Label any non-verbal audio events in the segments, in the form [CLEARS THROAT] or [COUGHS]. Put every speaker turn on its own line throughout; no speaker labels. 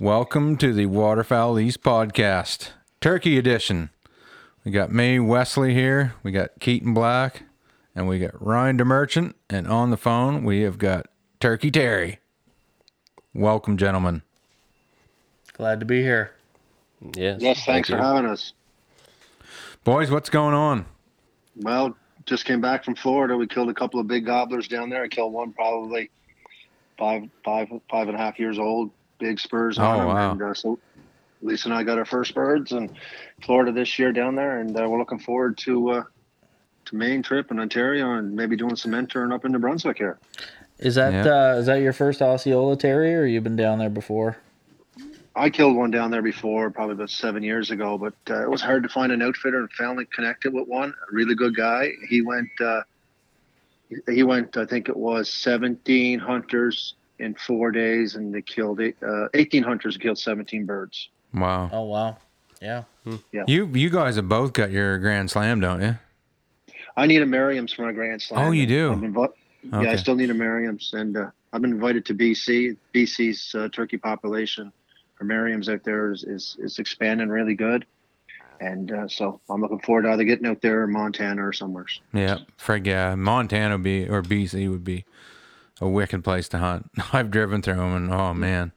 Welcome to the Waterfowl East Podcast, Turkey Edition. We got me, Wesley, here. We got Keaton Black, and we got Ryan DeMerchant. And on the phone, we have got Turkey Terry. Welcome, gentlemen.
Glad to be here.
Yes.
Yes,
thank
thanks for
you.
having us.
Boys, what's going on?
Well, just came back from Florida. We killed a couple of big gobblers down there. I killed one probably five, five, five and a half years old, big spurs on
Oh,
him.
wow.
And, uh, so Lisa and I got our first birds in Florida this year down there, and uh, we're looking forward to uh, to Maine trip in Ontario and maybe doing some mentoring up in New Brunswick here.
Is that uh, is that your first Osceola Terrier, or you've been down there before?
I killed one down there before, probably about seven years ago, but uh, it was hard to find an outfitter and finally connected with one. A really good guy. He went, uh, he went. I think it was 17 hunters in four days, and they killed eight, uh, 18 hunters and killed 17 birds.
Wow.
Oh wow, yeah.
You you guys have both got your Grand Slam, don't you?
I need a Merriam's for my grand slam.
Oh, you do?
I've been invi- Yeah, I
Okay.
still need a Merriam's, and uh, I've been invited to BC. BC's uh, turkey population for Merriam's out there is, is is expanding really good, and uh, so I'm looking forward to either getting out there in Montana or somewhere.
Yeah, frig yeah. Montana would be or BC would be a wicked place to hunt. [LAUGHS] I've driven through them, and oh man,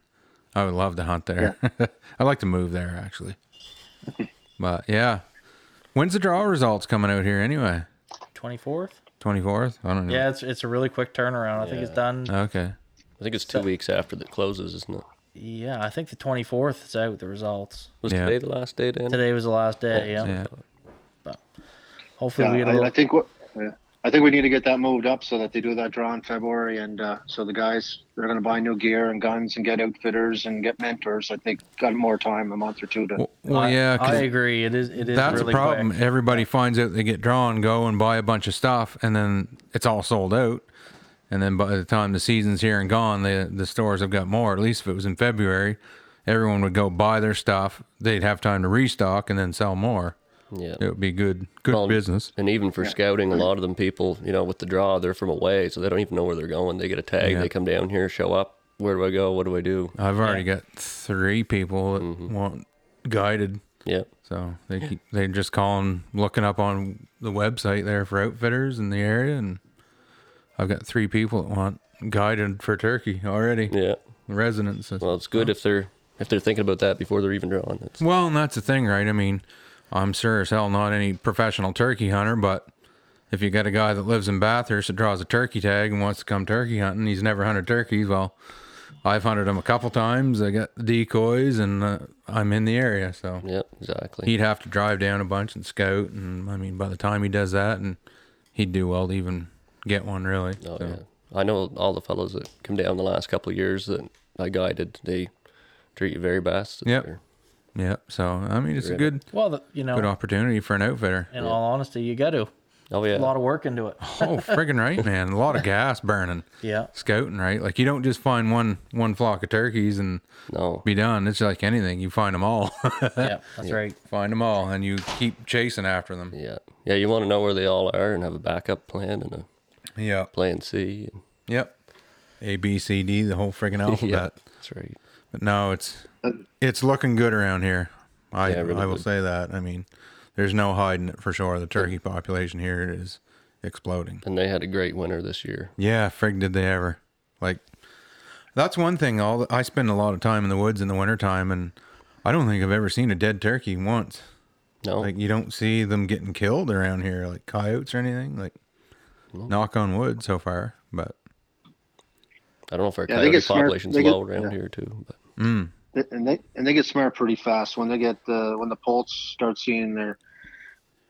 I would love to hunt there. [LAUGHS] I'd like to move there actually. but yeah, when's the draw results coming out here anyway?
Twenty fourth.
Twenty fourth? I don't know.
Yeah, it's it's a really quick turnaround. I think it's
Yeah.
done.
Okay.
I think it's two weeks after that closes, isn't it?
Yeah, I think the twenty fourth is out the results.
Was
Yeah.
today the last day to end?
Today was the last day. Yeah.
Yeah.
Hopefully we
Yeah,
get a
I,
little.
I think what. yeah. I think we need to get that moved up so that they do that draw in February, and uh, so the guys they're going to buy new gear and guns and get outfitters and get mentors. I think got more time, a month or two to.
Well, well
I-
yeah. 'cause
I agree. It is. It is.
that's
really
a problem.
Quick.
Everybody finds out they get drawn, go and buy a bunch of stuff, and then it's all sold out. And then by the time the season's here and gone, the the stores have got more. At least if it was in February, everyone would go buy their stuff. They'd have time to restock and then sell more.
Yeah.
It would be good good
Well,
business.
And even for scouting, a lot of them people, you know, with the draw, they're from away, so they don't even know where they're going. They get a tag,
Yeah. Uh-huh.
they come down here, show up. Where do I go? What do I do?
I've already got three people that want guided,
Yeah.
so they keep, they're just calling, looking up on the website there for outfitters in the area, and I've got three people that want guided for turkey already.
Yeah.
resonance. is-
Well, it's good if they're if they're thinking about that before they're even drawing. It's,
Well, and that's the thing, right? I mean, I'm sure as hell not any professional turkey hunter, but if you got a guy that lives in Bathurst that draws a turkey tag and wants to come turkey hunting, he's never hunted turkeys. Well, I've hunted him a couple times. I got the decoys, and uh, I'm in the area, so
yeah, exactly.
he'd have to drive down a bunch and scout. And I mean, by the time he does that, and he'd do well to even get one, really.
Oh
So,
yeah, I know all the fellows that come down the last couple of years that I guided. They treat you very best.
Yep.
They're-
Yep. So I mean, it's a good
Well, the, you know,
good opportunity for an outfitter.
in all honesty, you got to
Oh yeah.
a lot of work into it.
Oh, friggin' right, man! A lot of gas burning.
Yeah.
scouting, right? Like you don't just find one one flock of turkeys and
no.
be done. It's like anything; you find them all, [LAUGHS]
Yeah. That's right.
find them all, and you keep chasing after them.
Yeah. Yeah. You want to know where they all are and have a backup plan and a
Yep,
plan C. [LAUGHS] And,
yep. A B C D, the whole friggin' alphabet.
[LAUGHS] yeah. That's right.
But no, it's
uh,
it's looking good around here. I
Yeah, really
I will
good.
say that. I mean, there's no hiding it for sure. The turkey population here is exploding.
And they had a great winter this year.
Yeah, frig, did they ever? Like, that's one thing. All the, I spend a lot of time in the woods in the wintertime, and I don't think I've ever seen a dead turkey once.
No.
Like you don't see them getting killed around here, like coyotes or anything. Like knock on wood so far, but
I don't know if our
Yeah, they
coyote
get smart-
population's
they get-
low around
yeah.
here too. But
mm,
and they and they get smart pretty fast when they get the when the poults start seeing their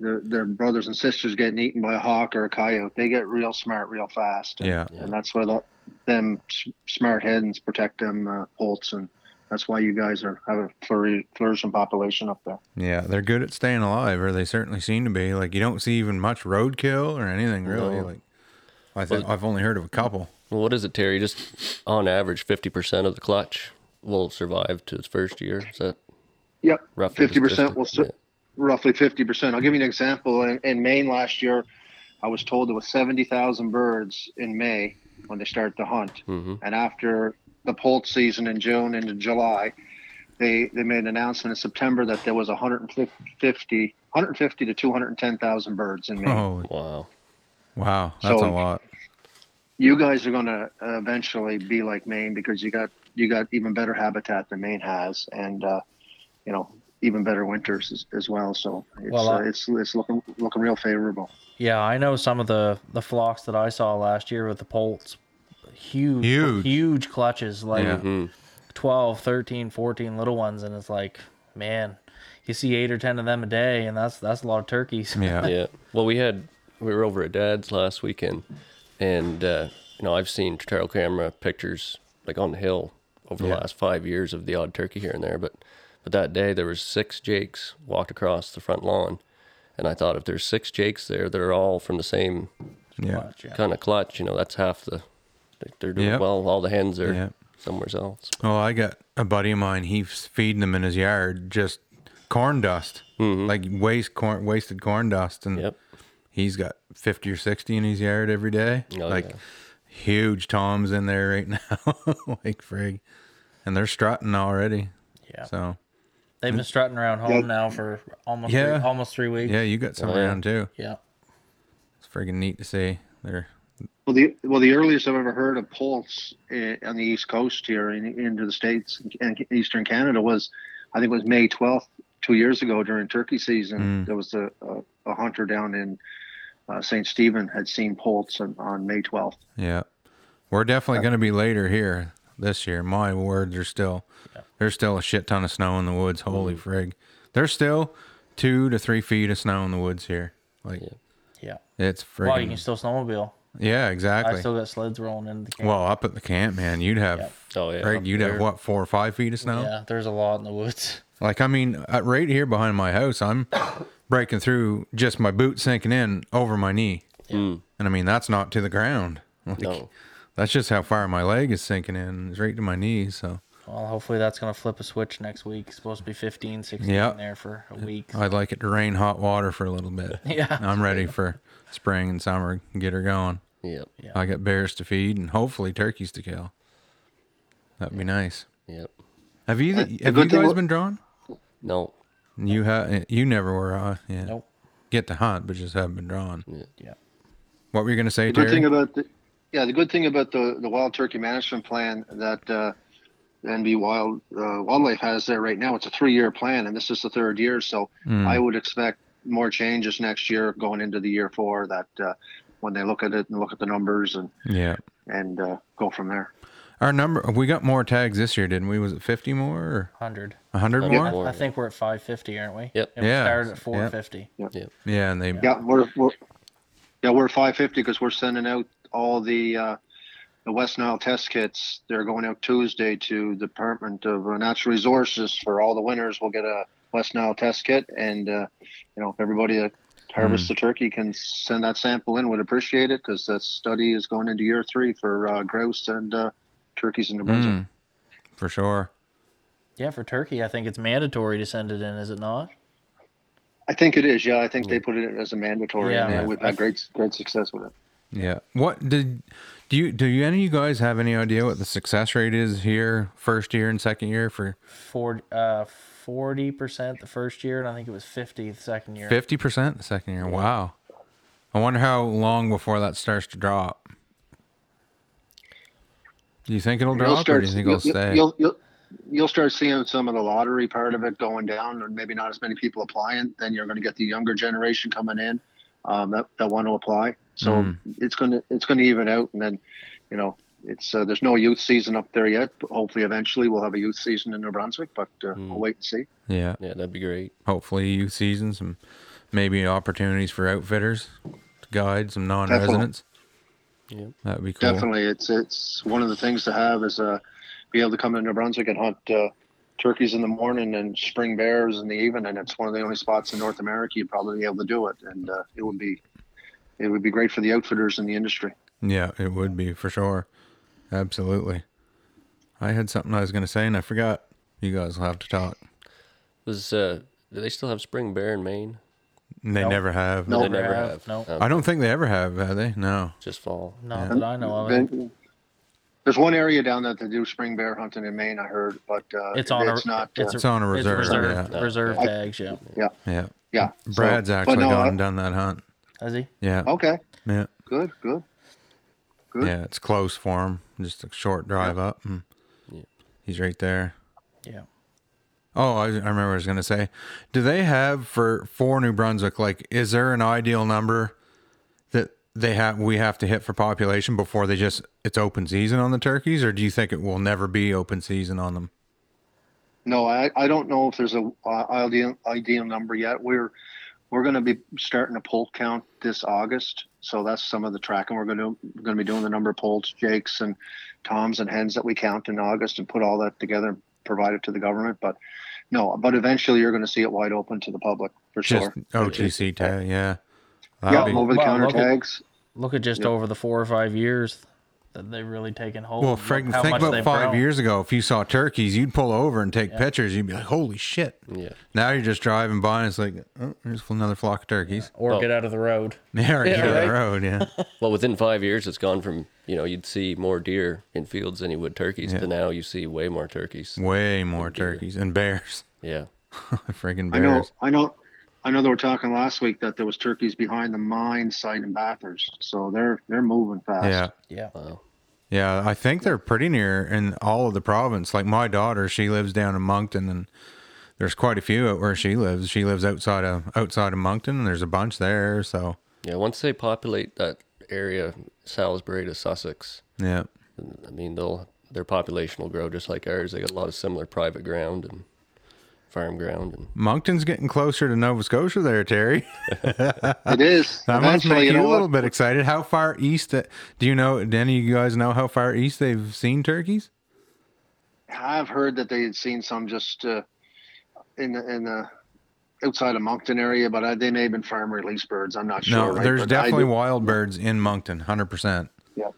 their, their brothers and sisters getting eaten by a hawk or a coyote. They get real smart real fast. And,
yeah,
and that's where the them s- smart heads protect them uh, poults, and that's why you guys are have a flour- flourishing population up there.
yeah, they're good at staying alive, or they certainly seem to be. Like you don't see even much roadkill or anything really.
No.
Like I think I've only heard of a
[CLEARS THROAT]
couple.
well, what is it, Terry? Just on average, fifty percent of the clutch will survive to its first year. Is that
Yep,
roughly the
fifty percent will
statistic?
sur- roughly fifty percent. I'll give you an example. In, in Maine last year, I was told there was seventy thousand birds in May when they start to hunt,
Yeah. Mhm.
and after the poult season in June into July, they they made an announcement in September that there was 150, 150 to 210,000 birds in Maine.
Oh,
Wow.
wow. That's
So-
a lot.
You guys are going to eventually be like Maine because you got you got even better habitat than Maine has, and uh, you know even better winters as, as well. So it's
Well,
uh,
I-
it's it's looking looking real favorable.
Yeah, I know some of the the flocks that I saw last year with the poults. Huge,
Huge. Mm-hmm.
huge clutches like
Yeah.
twelve, thirteen, fourteen 12, 13, 14 little ones and it's like, man, you see 8 or 10 of them a day and that's that's a lot of turkeys.
Yeah.
Yeah. Well, we had we were over at Dad's last weekend, and uh, you know I've seen trail camera pictures like on the hill over the last five years of the odd turkey here and there, but but that day there was six jakes walked across the front lawn, and I thought if there's six jakes there, they're all from the same
[LAUGHS]
Yeah.
kind of clutch. You know, that's half the they're doing
Yep.
well. All the hens are
Yep.
somewhere else.
Well, I got a buddy of mine. He's feeding them in his yard just corn dust, like waste corn, wasted corn dust, and
Mm-hmm. Yep.
he's got fifty or sixty in his yard every day.
Oh,
like
yeah.
huge toms in there right [LAUGHS] now, like frig, and they're strutting already.
Yeah.
So
They've been strutting around home now for almost
Yeah.
three, almost 3 weeks.
yeah, you got some
Oh, yeah.
around too.
yeah.
It's friggin' neat to see. They're
Well, the well the earliest I've ever heard of poults eh, on the east coast here in, into the states and eastern Canada was, I think it was May twelfth two years ago during turkey season. There was a, a, a hunter down in uh, Saint Stephen had seen poults on, on May twelfth.
Yeah. We're definitely going to be later here this year. My word, there's still there's still a shit ton of snow in the woods. Holy frig. There's still 2 to 3 feet of snow in the woods here. Like
Yeah.
it's friggin'
Well, you can still snowmobile.
Yeah,
I
exactly.
still got sleds rolling into the camp.
well, up at the camp, man, you'd have
Oh yeah.
Greg,
up
you'd
there.
have what, 4 or 5 feet of snow?
Yeah, there's a lot in the woods. [LAUGHS]
Like I mean, uh, right here behind my house, I'm [COUGHS] breaking through just my boot sinking in over my knee. And I mean, that's not to the ground. Like
No.
that's just how far my leg is sinking in. It's right to my knees, so
Well, hopefully that's going to flip a switch next week. It's supposed to be 15, 16
Yeah.
there for a week.
I'd like it to rain hot water for a little bit.
[LAUGHS] Yeah.
I'm ready for spring and summer. Get her going.
Yep.
I got bears to feed and hopefully turkeys to kill. That'd be nice.
Yep.
Have
Uh,
you have you
good thing
guys
wa-
been drawn?
No.
You have you never were. Uh, yeah.
Nope.
Get to hunt, but just haven't been drawn.
Yeah.
What were you gonna say,
The good
Terry?
thing about the, yeah, the good thing about the, the wild turkey management plan that uh, NB Wild uh, Wildlife has there right now, it's a three year plan, and this is the third year. So
Mm, Hmm.
I would expect more changes next year going into the year four. That uh, when they look at it and look at the numbers and
yeah.
and uh, go from there.
Our number. We got more tags this year, didn't we? Was it 50 more or
100.
100
Yeah.
more?
I think we're at 550, aren't we?
Yep.
And we
Yeah.
started at
Yep.
450.
Yeah, and they.
Yeah, we're, we're yeah we're five fifty because we're sending out all the. Uh, the West Nile test kits, they're going out Tuesday to the Department of uh, Natural Resources for all the winners. We'll get a West Nile test kit, and uh, you know, if everybody that harvests the turkey can send that sample in, would appreciate it because that study is going into year three for uh, grouse and uh, turkeys in New Brunswick.
Mm, for sure.
Yeah, for turkey, I think it's mandatory to send it in, is it not?
I think it is. Yeah, I think they put it as a mandatory,
Yeah.
and uh,
Yeah.
we've had great great success with it.
Yeah. What did do you do you any of you guys have any idea what the success rate is here first year and second year for
40, uh, 40% the first year, and I think it was 50 the second year.
fifty percent the second year? Wow. I wonder how long before that starts to drop. Do you think it'll drop or do you think it'll stay?
You'll, you'll, you'll start seeing some of the lottery part of it going down, and maybe not as many people applying. Then you're going to get the younger generation coming in um, that, that want to apply. So
Hmm.
it's going to it's going to even out, and then you know it's uh, there's no youth season up there yet. But hopefully, eventually we'll have a youth season in New Brunswick, but uh,
Hmm.
we'll wait and see.
yeah.
Yeah, that'd be great.
Hopefully youth season, some maybe opportunities for outfitters to guide some non residents.
Yeah.
That'd be cool.
Definitely, it's it's one of the things to have is uh, be able to come to New Brunswick and hunt uh, turkeys in the morning and spring bears in the evening, and it's one of the only spots in North America you'd probably be able to do it, and uh, it would be it would be great for the outfitters in the industry.
Yeah, it would be for sure. Absolutely. I had something I was gonna say and I forgot. You guys will have to talk.
Was uh, do they still have spring bear in Maine?
And They never have.
No.
They never
have,
have.
no.
Um,
I don't think they ever have, have they? No.
just fall.
Not that I know of.
Then, There's one area down that they do spring bear hunting in Maine. I heard, but uh,
It's on a-
It's not.
it's
uh,
It's on a
It's
reserve.
reserve
yeah.
reserve
I-
tags. Yeah,
Yeah. yeah.
yeah. So-
Brad's
but
actually
no,
gone
I-
and done that hunt.
is he?
Yeah.
Okay.
Yeah.
Good. Good. Good.
Yeah. It's close for him. Just a short drive up. And He's right there.
Yeah.
Oh, I, I remember what I was going to say. Do they have for for New Brunswick like is there an ideal number that they have we have to hit for population before they just it's open season on the turkeys or do you think it will never be open season on them?
No, I, I don't know if there's a uh, ideal ideal number yet. We're we're going to be starting a poll count this August, so that's some of the tracking we're going to going to be doing the number of polls, Jake's and Tom's and hens that we count in August and put all that together and provide it to the government. But no, but eventually you're going to see it wide open to the public for
Just
sure.
OTC tag, yeah.
Yeah,
That'll be-
over the counter
Well, local-
tags.
Look at just
Yep.
over the four or five years that they've really taken hold.
well,
Look
Frank,
how
think
much
about
they've
five
grown.
years ago. If you saw turkeys, you'd pull over and take pictures. You'd be like, "Holy shit!"
Yeah.
Now you're just driving by, and it's like, "Oh, there's another flock of turkeys." [LAUGHS]
or
Oh.
get out of the road.
Yeah, right
Yeah,
down
right.
the road. Yeah,
Well, within five years, it's gone from you know you'd see more deer in fields than you would turkeys to now you see way more turkeys.
way more turkeys and bears.
Yeah,
[LAUGHS] Friggin'
I know,
bears.
I know, I know. They were talking last week that there was turkeys behind the mine site in Bathurst, so they're they're moving fast.
Yeah,
Yeah.
wow.
yeah. I think they're pretty near in all of the province. Like my daughter, she lives down in Moncton, and there's quite a few out where she lives. She lives outside of outside of Moncton, and there's a bunch there. So
Yeah, once they populate that area, Salisbury to Sussex,
yeah,
I mean they'll their population will grow just like ours. They got a lot of similar private ground and farm ground, and
Moncton's getting closer to Nova Scotia there, Terry. [LAUGHS]
It is.
That must
Eventually,
make
you
you
know
a little
what?
bit excited. How far east? uh, Do you know? Do any of you guys know how far east they've seen turkeys?
I've heard that they had seen some just uh, in the in the outside of Moncton area, but I, they may have been farm release birds. I'm not
No,
sure. right?
there's
But I
definitely
do-
wild birds in Moncton, hundred percent.
Yeah.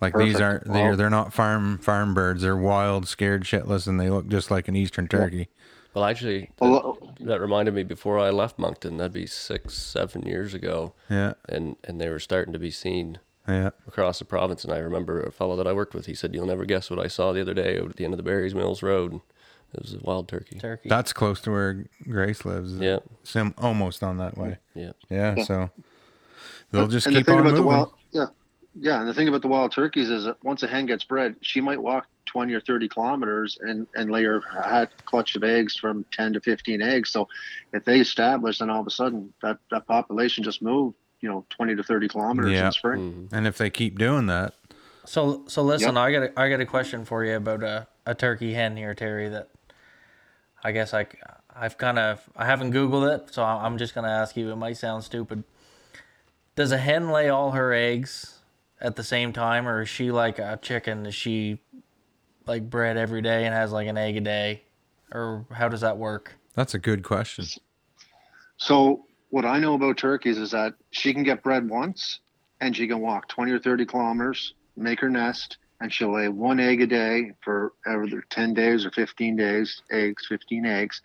Like these
Perfect.
aren't
Wow.
they're they're not farm farm birds. They're wild, scared shitless, and they look just like an eastern turkey.
well, actually,
Well,
that reminded me before I left Moncton. That'd be six, seven years ago,
Yeah,
and and they were starting to be seen
yeah.
across the province. And I remember a fellow that I worked with. He said, "You'll never guess what I saw the other day over at the end of the Berries Mills Road. It was a wild turkey."
Turkey.
That's close to where Grace lives.
Yeah,
sim almost on that way.
yeah.
Yeah, so they'll just
and the
keep
thing
on
about
moving.
the wild, yeah, yeah, and the thing about the wild turkeys is that once a hen gets bred, she might walk twenty or thirty kilometers and and lay her hat clutch of eggs from ten to fifteen eggs. So if they establish, then all of a sudden that that population just moved, you know, twenty to thirty kilometers
Yeah.
in spring.
and if they keep doing that,
So so listen, I got a, I got a question for you about a, a turkey hen here, Terry. That I guess I c- I've kind of I haven't googled it, so I- I'm just gonna ask you. It might sound stupid. Does a hen lay all her eggs at the same time, or is she like a chicken? Is she like bred every day and has like an egg a day, or how does that work?
that's a good question.
So what I know about turkeys is that she can get bred once and she can walk 20 or 30 kilometers, make her nest, and she'll lay one egg a day for either 10 days or 15 days, eggs, 15 eggs.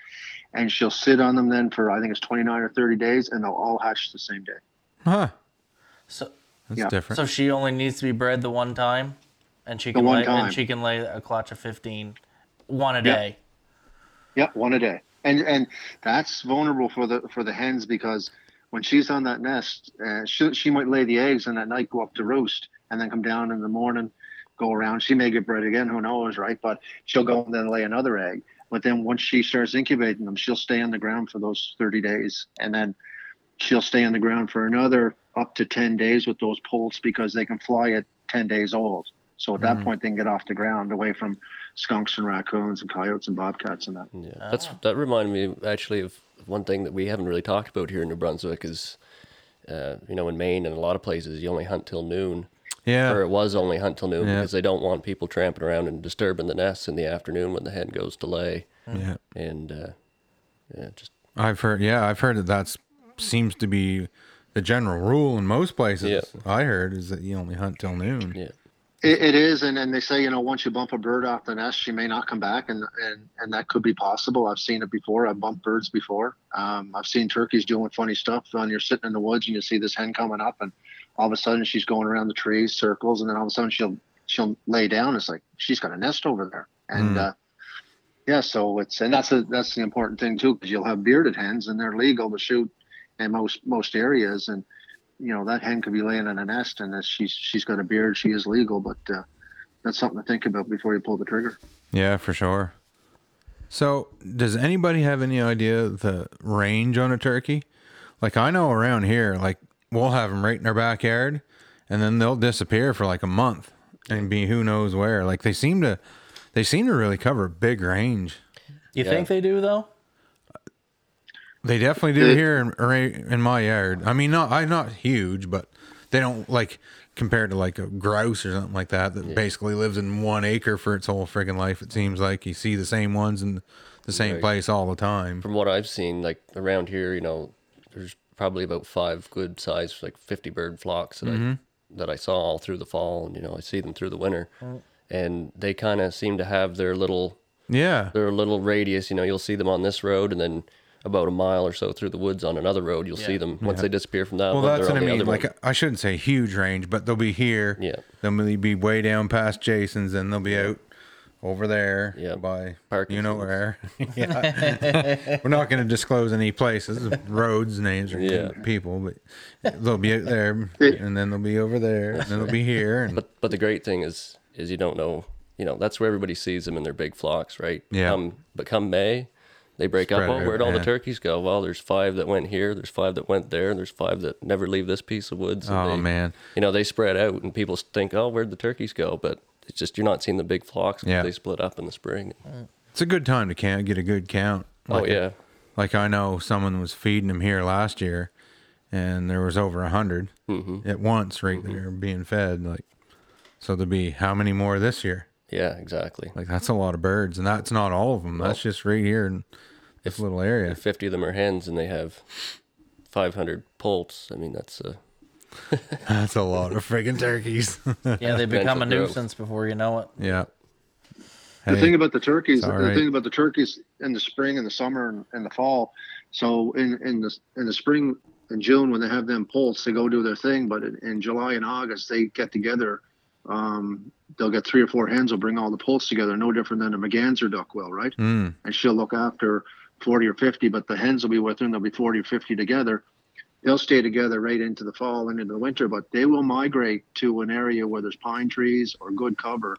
And she'll sit on them then for, I think it's 29 or 30 days, and they'll all hatch the same day.
Huh?
So
That's
Yeah.
different.
so she only needs to be bred the one time, and she can
one
lay,
time.
and she can lay a clutch of fifteen, one a day.
Yeah, one a day. And and that's vulnerable for the for the hens because when she's on that nest, uh, she she might lay the eggs and at night go up to roost and then come down in the morning, go around. She may get bred again, who knows, right? But she'll go and then lay another egg. But then once she starts incubating them, she'll stay on the ground for those thirty days, and then she'll stay on the ground for another up to ten days with those poults because they can fly at ten days old. So at that point, they can get off the ground, away from skunks and raccoons and coyotes and bobcats and that.
Yeah, that's
Ah.
that reminded me actually of one thing that we haven't really talked about here in New Brunswick is, uh, you know, in Maine and a lot of places you only hunt till noon, or
yeah,
it was only hunt till noon
Yeah.
because they don't want people tramping around and disturbing the nests in the afternoon when the hen goes to lay,
yeah.
and uh, yeah, just
I've heard. Yeah, I've heard that that's seems to be the general rule in most places.
Yeah.
I heard is that you only hunt till noon.
yeah,
It, it is, and, and they say you know once you bump a bird off the nest, she may not come back, and and and that could be possible. I've seen it before. I've bumped birds before. Um, I've seen turkeys doing funny stuff. And you're sitting in the woods and you see this hen coming up, and all of a sudden she's going around the trees, circles, and then all of a sudden she'll she'll lay down. It's like she's got a nest over there, and uh, yeah, so it's and that's a, that's the important thing too because you'll have bearded hens and they're legal to shoot in most most areas, and you know that hen could be laying in a nest and if she's she's got a beard, she is legal, but uh, that's something to think about before you pull the trigger.
Yeah, for sure. So, does anybody have any idea the range on a turkey? Like, I know around here, like, we'll have them right in our backyard and then they'll disappear for like a month and be who knows where. Like, they seem to, they seem to really cover a big range.
You think they do though?
They definitely do
Yeah.
here in, around- in my yard. I mean, not, I, not huge, but they don't like compared to like a grouse or something like that that basically lives in one acre for its whole friggin' life. It seems like you see the same ones in the same
Right.
place all the time.
From what I've seen, like around here, you know, there's probably about five good sized, like 50 bird flocks that I
Mm-hmm.
that I saw all through the fall, and you know, I see them through the winter,
Oh.
and they kind of seem to have their little
Yeah.
their little radius. You know, you'll see them on this road, and then about a mile or so through the woods on another road, you'll see them. Once they disappear from that,
Well,
one, they're
that's what
on
I
the
mean.
other
Like,
one.
I shouldn't say huge range, but they'll be here.
Yeah.
Then they'll be way down past Jason's, and they'll be out over there
Yeah.
by you know
Parkinson's. [LAUGHS]
where. [LAUGHS] Yeah. We're not going to disclose any places, roads, names, or
Yeah.
people, but they'll be out there, and then they'll be over there, and then they'll be here. And
But but the great thing is is you don't know. You know, that's where everybody sees them in their big flocks, right?
Yeah.
Come, but come May, they break
Spread
up. Oh,
out,
where'd all
yeah.
the turkeys go? Well, there's five that went here. There's five that went there. There's five that never leave this piece of woods. and
oh
they-
man,
You know, they spread out, and people think, oh, where'd the turkeys go? But it's just you're not seeing the big flocks. 'cause
Yeah.
They split up in the spring.
it's a good time to count, get a good count.
oh
Like a-
yeah.
Like I know someone was feeding them here last year, and there was over a 100 at once right there being fed. Like, so there'll be how many more this year?
Yeah. Exactly.
Like that's a lot of birds, and that's not all of them. That's just right here in this little area.
50 of them are hens and they have 500 poults. I mean, that's uh,
[LAUGHS] That's a lot of friggin' turkeys.
Yeah, they become a
Potential growth.
nuisance before you know it.
[LAUGHS] yeah.
The
Hey,
thing about the turkeys,
it's
the
all right.
thing about the turkeys in the spring and the summer and, and the fall. So in in the in the spring in June when they have them poults, they go do their thing. But in, in July and August, they get together. Um, they'll get three or four hens. Will bring all the poults together. No different than a merganser duck will, right?
mm,
and she'll look after 40 or 50, but the hens will be with her and they'll be 40 or 50 together. They'll stay together right into the fall and into the winter, but they will migrate to an area where there's pine trees or good cover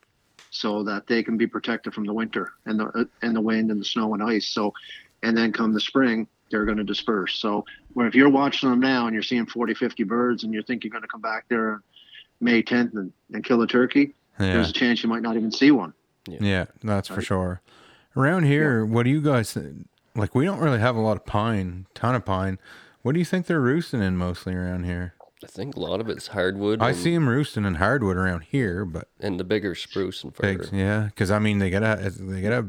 so that they can be protected from the winter and the, uh, and the wind and the snow and ice. So, and then come the spring, they're going to disperse. So, where if you're watching them now and you're seeing 40, 50 birds and you think you're going to come back there May 10th and, and kill a turkey,
yeah,
there's a chance you might not even see one.
yeah, that's for sure. Around here, what do you guys th- like? We don't really have a lot of pine, ton of pine. What do you think they're roosting in mostly around here?
I think a lot of it's hardwood.
I
and,
see them roosting in hardwood around here, but
And the bigger spruce and fir.
Big, yeah, because I mean they gotta they gotta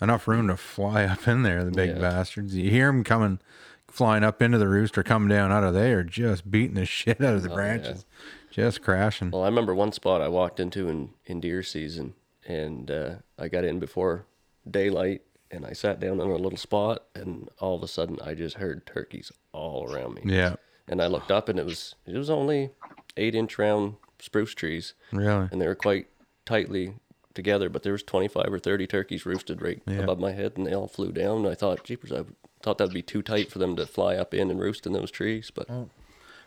enough room to fly [LAUGHS] up in there. The big
Yeah.
bastards. You hear them coming, flying up into the roost or coming down out of there, just beating the [LAUGHS] shit out of the branches, just crashing.
Oh, Well, I remember one spot I walked into in, in deer season and uh, I got in before daylight and I sat down in a little spot and all of a sudden I just heard turkeys all around me.
Yeah,
And I looked up and it was, it was only eight inch round spruce trees.
really.
and they were quite tightly together. But there was 25 or 30 turkeys roosted right above my head, and they all flew down. And I thought, jeepers, I thought that'd be too tight for them to fly up in and roost in those trees. But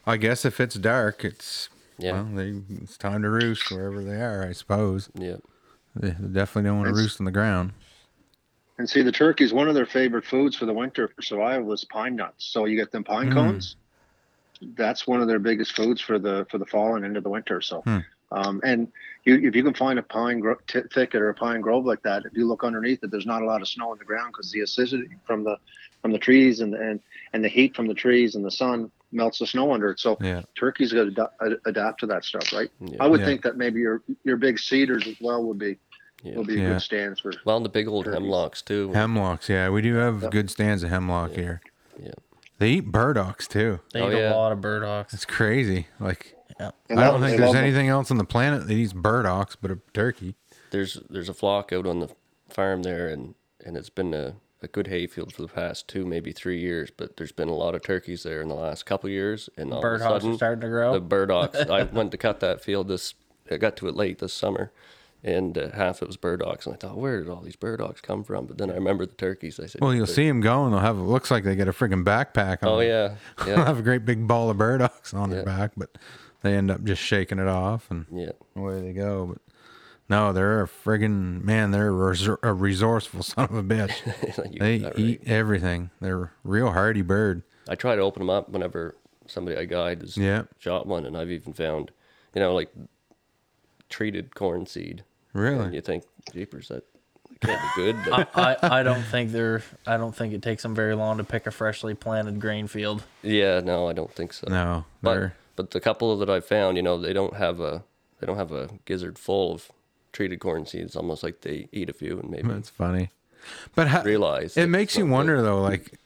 I guess if it's dark, it's
Yeah.
Well, they, it's time to roost wherever they are. I suppose
yeah,
they they definitely don't want to
It's-
roost on the ground.
And see, the turkeys, one of their favorite foods for the winter for survival is pine nuts. So you get them pine
Hmm.
cones. That's one of their biggest foods for the for the fall and into the winter. So,
Hmm.
um, and you, if you can find a pine gro- t- thicket or a pine grove like that, if you look underneath it, there's not a lot of snow on the ground because the acidity from the from the trees and and and the heat from the trees and the sun melts the snow under it. So
Yeah.
turkeys got to ad- adapt to that stuff, right?
Yeah.
I would
Yeah.
think that maybe your your big cedars as well would be
yeah.
would be
Yeah.
good stands for
well, and the big old
Turkeys.
hemlocks too.
Hemlocks, yeah, we do have good stands of hemlock here.
Yeah.
They eat burdocks too.
They
Oh,
eat
yeah.
a lot of burdocks.
It's crazy. Like
They
I
love-
don't
they
think there's
love them.
anything else on the planet that eats burdocks but a turkey.
There's there's a flock out on the farm there, and and it's been a a good hayfield for the past two, maybe three years, but there's been a lot of turkeys there in the last couple of years, and all
Bird
of a
hawks
sudden,
are starting to [LAUGHS]
the
grow.
burdocks. I went to cut that field this I got to it late this summer, and uh, half it was burdocks. And I thought, where did all these burdocks come from? But then I remembered the turkeys. I said,
Well, you'll see them going. They'll have. It looks like they get a friggin' backpack on.
Oh
[LAUGHS] them.
yeah,
They'll
yeah,
have a great big ball of burdocks on
Yeah.
their back, but they end up just shaking it off and
yeah. [LAUGHS]
away they go. But no, they're a friggin' man. They're a, resor- a resourceful [LAUGHS] son of a bitch.
[LAUGHS] You
they
got that right.
eat everything. They're a real hardy bird.
I try to open them up whenever somebody I guide has
Yeah.
shot one, and I've even found, you know, like treated corn seed.
Really?
And you think, jeepers, that can't be good.
[LAUGHS]
but-
I, I don't think they're. I don't think it takes them very long to pick a freshly planted grain field.
yeah, no, I don't think so.
No,
but
they're
but the couple that I found, you know, they don't have a they don't have a gizzard full of treated corn seeds. Almost like they eat a few and maybe
that's funny. But how,
realize
it
that
makes
it's
you
not good.
wonder though, like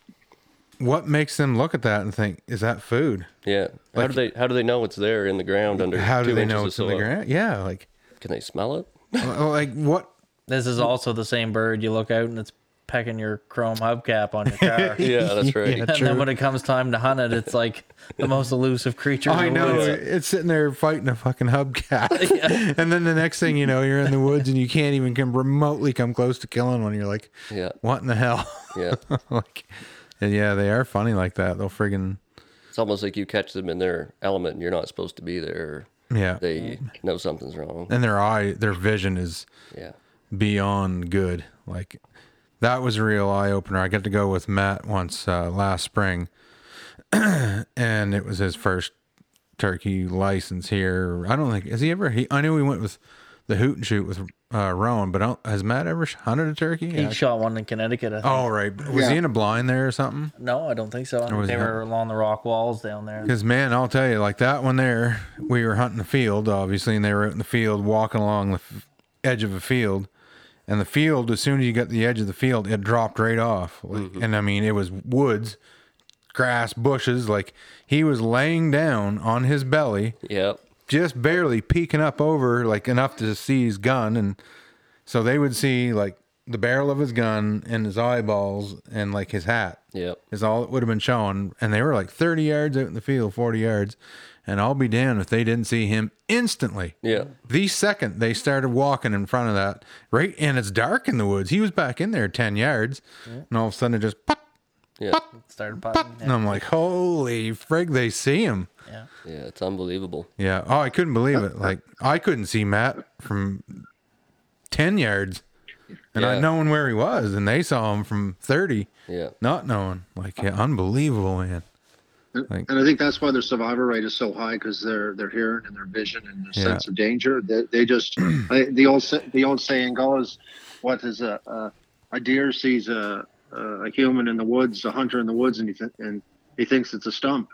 what makes them look at that and think, is that food?
Yeah. how
like-
do they how do they know it's there in the ground under
How do
two
they
inches
know
of
it's in the
soil?
ground? Yeah, [LAUGHS] like
Can they smell it?
well, Oh, like what?
This is also the same bird. You look out and it's pecking your chrome hubcap
[LAUGHS]
on your car.
Yeah, that's
[LAUGHS]
right.
Yeah,
And
true.
then when it comes time to hunt it, it's like the most elusive creature.
Oh, I
in the
know [LAUGHS]
woods.
it's sitting there fighting a fucking [LAUGHS] hubcap, and then the next thing you know, you're in the woods and you can't even come remotely come close to killing one. You're like,
Yeah.
what in the hell? [LAUGHS]
Yeah.
like, and yeah, they are funny like that. They'll friggin'
It's almost like you catch them in their element and you're not supposed to be there.
yeah,
They know something's wrong.
and their eye, their vision is
Yeah.
beyond good. Like that was a real eye opener. I got to go with Matt once uh, last spring, [CLEARS THROAT] and it was his first turkey license here. I don't think has he ever. He, I knew he went with the hoot and shoot with uh, Rowan, but I don't, has Matt ever hunted a turkey?
He shot one in Connecticut. I think.
Oh right, was
Yeah.
he in a blind there or something?
No, I don't think so. I think
was
they
it-
were along the rock walls down there.
Because man, I'll tell you, like that one there, we were hunting the field, obviously, and they were out in the field, walking along the f- edge of a field, and the field, as soon as you got to the edge of the field, it dropped right off, Like, and I mean, it was woods, grass, bushes. Like he was laying down on his belly,
Yep.
just barely peeking up over, like enough to see his gun, and so they would see like the barrel of his gun and his eyeballs and like his hat
Yep.
is all it would have been shown. And they were like 30 yards out in the field, 40 yards. And I'll be damned if they didn't see him instantly.
Yeah.
The second they started walking in front of that, right? And it's dark in the woods. He was back in there 10 yards. And all of a sudden it just pop. [LAUGHS]
Yeah.
Started putting.
And I'm like, holy frig, they see him.
Yeah.
Yeah. It's unbelievable.
Yeah. Oh, I couldn't believe it. Like, I couldn't see Matt from 10 yards. And I
Yeah.
knowing where he was, and they saw him from 30,
Yeah.
not knowing. Like, yeah, unbelievable, man. Like-
And I think that's why their survivor rate is so high because their their hearing and their vision and their
Yeah.
sense of danger. They, they
[CLEARS THROAT]
just I, the old sa- the old saying goes, "What is a a, a deer sees a, a a human in the woods, a hunter in the woods, and he th- and he thinks it's a stump.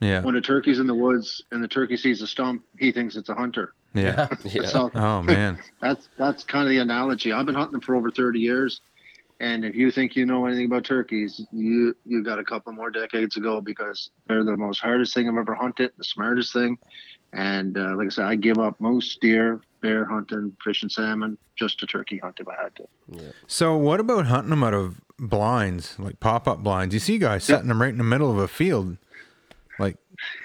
Yeah.
[LAUGHS] When a turkey's in the woods and the turkey sees a stump, he thinks it's a hunter.
Yeah.
Yeah.
So
Oh, man.
that's that's kind of the analogy. I've been hunting for over thirty years, and if you think you know anything about turkeys, you you got a couple more decades ago because they're the most hardest thing I've ever hunted, the smartest thing, and uh, like I said, I give up most deer, bear hunting, fish and salmon just to turkey hunt if I had to.
So what about hunting them out of blinds, like pop up blinds? You see guys setting them right in the middle of a field. Like,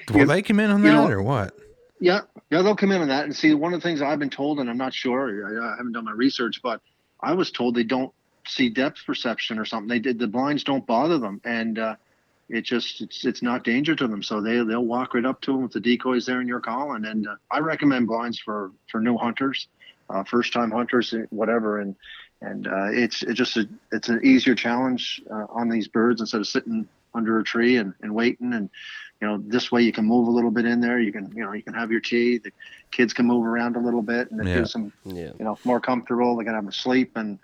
will
You-
they come in on that
you know-
or what?
Yeah, yeah, they'll come in on that and see. One of the things I've been told, and I'm not sure, I, I haven't done my research, but I was told they don't see depth perception or something. They did the blinds don't bother them, and uh, it just it's it's not danger to them. So they they'll walk right up to them with the decoys there, and you're calling. And uh, I recommend blinds for for new hunters, uh, first time hunters, whatever. And and uh, it's it's just a, it's an easier challenge uh, on these birds instead of sitting under a tree and, and waiting and you know this way you can move a little bit in there you can you know you can have your tea the kids can move around a little bit and it
Yeah.
gives them
Yeah.
you know more comfortable they can have them sleep and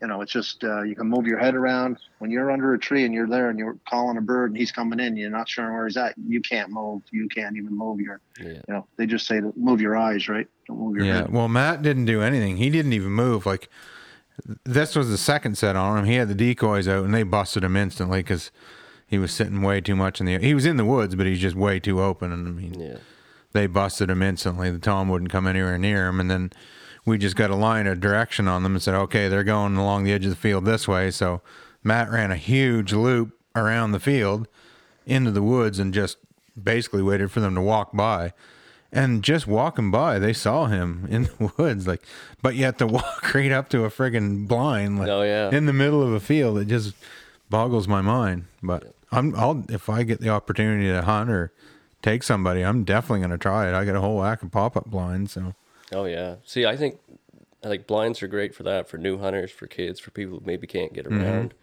you know it's just uh, you can move your head around when you're under a tree and you're there and you're calling a bird and he's coming in you're not sure where he's at you can't move you can't even move your
Yeah.
you know they just say to move your eyes right don't move your
Yeah.
head
Well, Matt didn't do anything. He didn't even move. Like, this was the second set on him. He had the decoys out and they busted him instantly because he was sitting way too much in the. He was in the woods, but he's just way too open. And I mean,
Yeah.
they busted him instantly. The Tom wouldn't come anywhere near him, and then we just got a line of direction on them and said, "Okay, they're going along the edge of the field this way." So Matt ran a huge loop around the field into the woods and just basically waited for them to walk by. And just walking by, they saw him [LAUGHS] in the woods, like, but you had to [LAUGHS] walk right up to a friggin' blind, like,
Oh, yeah.
in the middle of a field. It just boggles my mind. But I'm, I'll, if I get the opportunity to hunt or take somebody, I'm definitely gonna try it. I got a whole whack of pop up blinds, so
Oh yeah. See, I think I think blinds are great for that for new hunters, for kids, for people who maybe can't get
Mm-hmm.
around.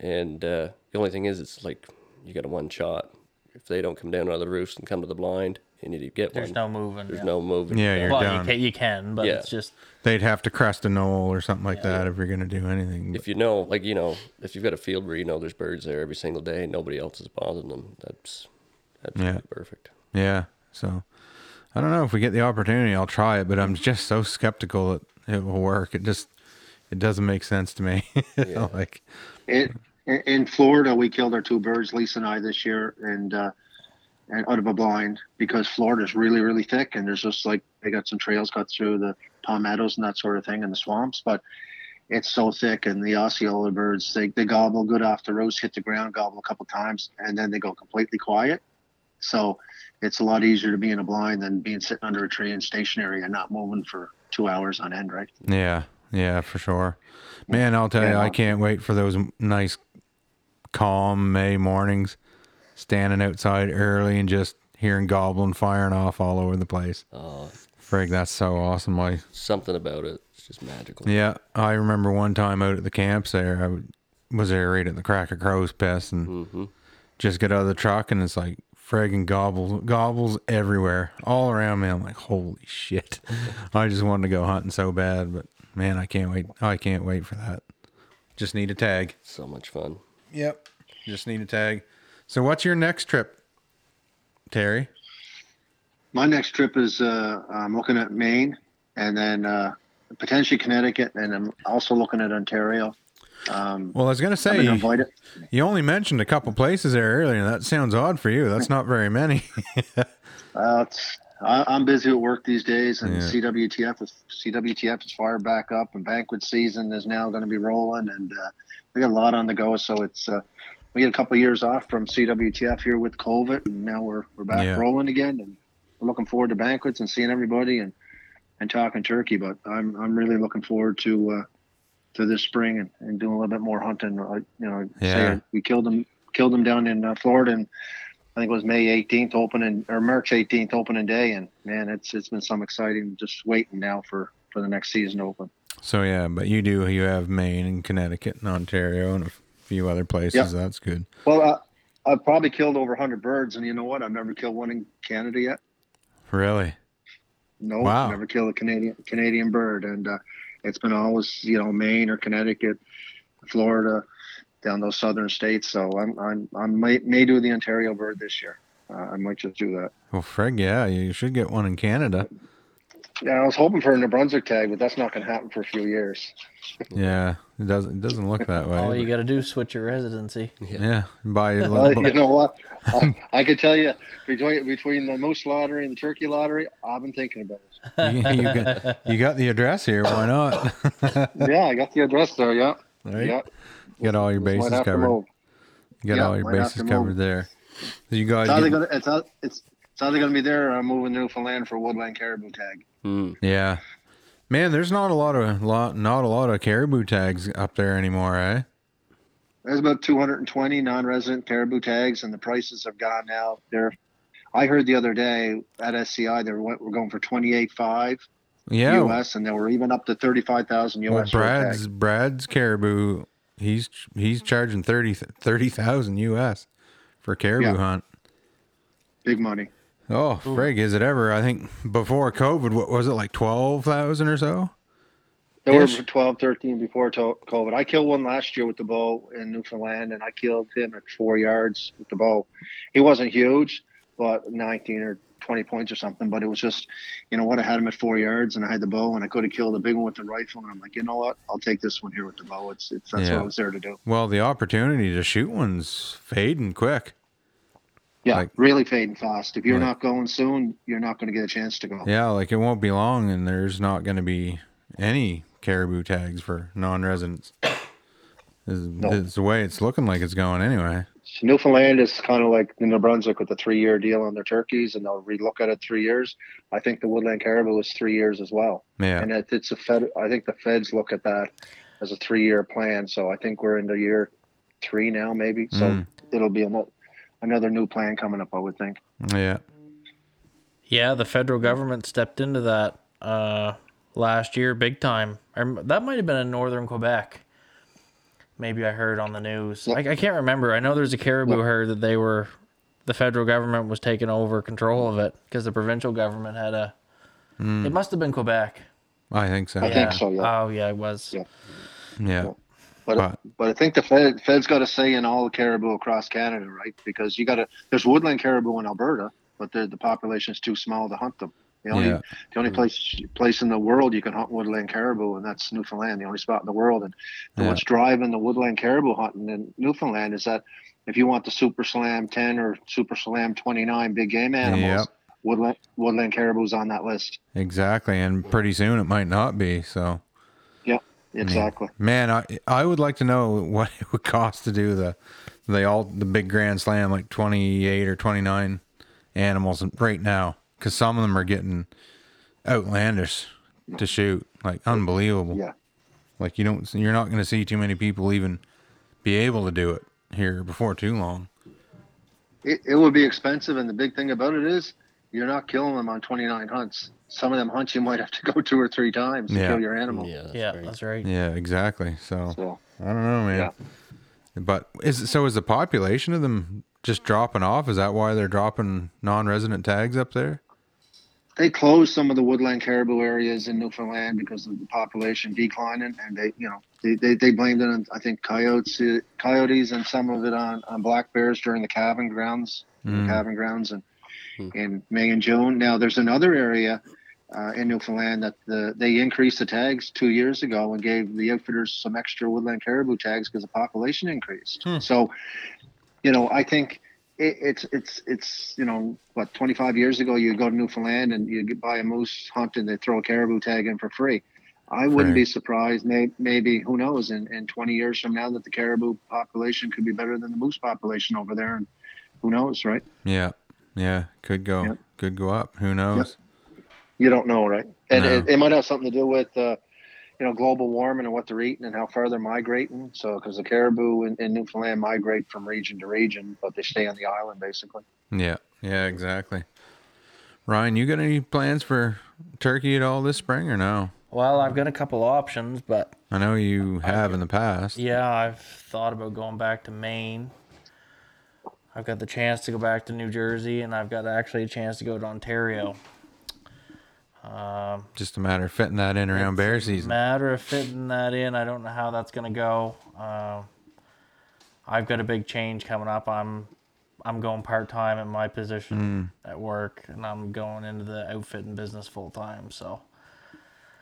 And uh, the only thing is, it's like you got a one shot. If they don't come down out of the roofs and come to the blind, you need to get
There's
one.
no moving.
There's
yeah.
no moving.
Yeah, you're
Well,
done.
you can, you can, but
Yeah.
it's just
they'd have to crest a knoll or something like that if you're gonna do anything.
If you know, like you know, if you've got a field where you know there's birds there every single day, and nobody else is bothering them. That's absolutely perfect.
Yeah. So I don't know if we get the opportunity, I'll try it, but I'm just so skeptical that it will work. It just it doesn't make sense to me. [LAUGHS] like
It, in- in Florida, we killed our two birds, Lisa and I, this year, and uh, and out of a blind because Florida's really, really thick, and there's just like they got some trails cut through the palmettos and that sort of thing, and the swamps, but it's so thick, and the Osceola birds they, they gobble good off the roost, hit the ground, gobble a couple times, and then they go completely quiet. So it's a lot easier to be in a blind than being sitting under a tree and stationary and not moving for two hours on end, right?
yeah, yeah, for sure. Man, I'll tell you,
Yeah.
I can't wait for those nice calm May mornings standing outside early and just hearing goblin firing off all over the place.
Oh,
Frig, that's so awesome. I
something about it. It's just magical.
Yeah, I remember one time out at the camps there, I w- was there right at the crack of crow's pest and just get out of the truck and it's like friggin' gobbles, gobbles everywhere, all around me. I'm like, holy shit! [LAUGHS] I just wanted to go hunting so bad, but man, I can't wait. I can't wait for that. Just need a tag.
So much fun.
Yep. Just need a tag. So, what's your next trip, Terry?
my next trip is uh, I'm looking at Maine and then uh, potentially Connecticut, and I'm also looking at Ontario. Um,
Well, I was gonna
I'm
say
gonna avoid it.
you only mentioned a couple places there earlier. That sounds odd for you. That's not very many. [LAUGHS]
Uh, it's, I, I'm busy at work these days, and
Yeah.
CWTF is CWTF is fired back up, and banquet season is now going to be rolling, and uh, we got a lot on the go. So it's uh, we get a couple years off from CWTF here with COVID, and now we're we're back
Yeah.
rolling again, and we're looking forward to banquets and seeing everybody and and talking turkey. But I'm I'm really looking forward to uh, to this spring and, and doing a little bit more hunting. I, you know,
Yeah.
say we killed them killed them down in uh, Florida and. I think it was May 18th opening or March 18th opening day, and man, it's it's been some exciting just waiting now for for the next season to open.
So yeah, but you do you have Maine and Connecticut and Ontario and a few other places.
Yeah.
That's good.
Well, I, I've probably killed over 100 birds, and you know what? I've never killed one in Canada yet.
Really?
No,
Wow.
never killed a Canadian Canadian bird, and uh, it's been always you know Maine or Connecticut, Florida, down those southern states. So I'm I'm I may, may do the Ontario bird this year. Uh, I might just do that.
Well, frig, yeah, you should get one in Canada.
Yeah, I was hoping for a New Brunswick tag, but that's not going to happen for a few years.
Yeah, it doesn't it doesn't look that
all you
way.
got to do is switch your residency.
but- yeah, buy
[LAUGHS]
a
Well,
little.
you know what? I, I could tell you between between the moose lottery and the turkey lottery, I've been thinking about it.
[LAUGHS] [LAUGHS] you, you got, you got the address here. Why not? [LAUGHS]
Yeah, I got the address there. Yeah,
Right?
yeah.
Get all your
Might
bases
have to
covered. Uh,
move.
You got
Yeah,
all your
might have
bases
to
covered
move.
there. You guys,
It's either
get-
gonna it's out- it's it's either gonna be there or I'm moving to Newfoundland for woodland caribou tag.
Mm.
yeah, man. There's not a lot of lot not a lot of caribou tags up there anymore, eh?
There's about 220 non-resident caribou tags, and the prices have gone now. They're I heard the other day at SCI they were, were going for 28.5
Yeah,
US, and they were even up to 35,000 US.
Well,
for a tag.
Brad's Brad's caribou, he's he's charging 30 30,000 US for caribou
Yeah.
hunt.
big money.
Oh, frig, is it ever? I think before COVID, what was it like 12,000 or so?
They were
Ish.
12, 13 before to- COVID. I killed one last year with the bow in Newfoundland, and I killed him at four yards with the bow. He wasn't huge, but 19 or 20 points or something. But it was just, you know what? I had him at four yards, and I had the bow, and I could have killed a big one with the rifle. And I'm like, you know what? I'll take this one here with the bow. It's, it's that's
Yeah.
what I was there to do.
Well, the opportunity to shoot one's fading quick.
Yeah,
Like-
really fading fast. If you're
Right.
not going soon, you're not going to get a chance to go.
Yeah, like it won't be long and there's not going to be any caribou tags for non-residents. Is, is the way it's looking like it's going anyway.
So Newfoundland is kind of like New Brunswick with a three-year deal on their turkeys, and they'll relook at it three years. I think the woodland caribou is three years as well,
Yeah.
and it, it's a fed. I think the feds look at that as a three-year plan. So I think we're into year three now, maybe. So
Mm.
it'll be ano- another new plan coming up, I would think.
Yeah.
[LAUGHS] Yeah, the federal government stepped into that uh, last year big time. I rem- that might have been in northern Quebec. Maybe I heard on the news. I, I can't remember. I know there's a caribou herd that they were, the federal government was taking over control of it because the provincial government had a. It must have been Quebec.
I think so.
I
Yeah.
think so, yeah.
Oh yeah, it was.
Yeah.
Yeah.
But
But-
but I think the Fed, Fed's got a say in all caribou across Canada, right? Because you got to there's woodland caribou in Alberta, but the the population's too small to hunt them. The only
Yeah. Mm.
the only place place in the world you can hunt woodland caribou, and that's Newfoundland, the only spot in the world. And
Yeah.
what's driving the woodland caribou hunting in Newfoundland is that if you want the Super Slam 10 or Super Slam 29 big game
Yep.
animals, woodland woodland caribou's on that list.
Exactly. And pretty soon it might not be. So,
Yep, exactly.
man, I I would like to know [LAUGHS] what it would cost to do the the all the big grand slam like 28 or 29 animals right now cuz some of them are getting outlandish to shoot. Like unbelievable.
Yeah.
Like you don't you're not going to see too many people even be able to do it here before too long.
it, it would be expensive and the big thing about it is you're not killing them on 29 hunts some of them hunts you might have to go two or three times to
Yeah.
kill your animal
Yeah, that's
yeah,
right.
that's right.
Yeah, exactly. So
so
I don't know, man.
Yeah.
But is so is the population of them just dropping off? Is that why they're dropping non-resident tags up there?
they closed some of the woodland caribou areas in newfoundland because of the population declining and they you know they, they, they blamed it on i think coyotes uh, coyotes and some of it on, on black bears during the calving grounds
Mm. Hmm.
the calving grounds and
Mm.
in may and june now there's another area uh, in Newfoundland that the, they increased the tags two years ago and gave the outfitters some extra woodland caribou tags because the population increased.
Hmm.
So, you know, I think it, it's it's it's you know what 25 years ago you go to Newfoundland and you buy a moose hunt and they throw a caribou tag in for free. I wouldn't
Right.
be surprised. May, maybe who knows? In, in 20 years from now, that the caribou population could be better than the moose population over there, and who knows, right?
Yeah, yeah, could go,
Yep.
could go up. Who knows?
You don't know, right? And
No.
it, it might have something to do with, uh, you know, global warming and what they're eating and how far they're migrating. So, because the caribou in, in Newfoundland migrate from region to region, but they stay on the island basically.
Yeah, yeah, exactly. Ryan, you got any plans for turkey at all this spring or no?
Well, I've got a couple options, but
I know you have in the past.
Yeah, I've thought about going back to Maine. I've got the chance to go back to New Jersey, and I've got actually a chance to go to Ontario. Um,
Just a matter of fitting that in around bear season.
matter of fitting that in, I don't know how that's gonna go. Um, I've got a big change coming up. I'm I'm going part time in my position at work, and I'm going into the outfitting business full time. So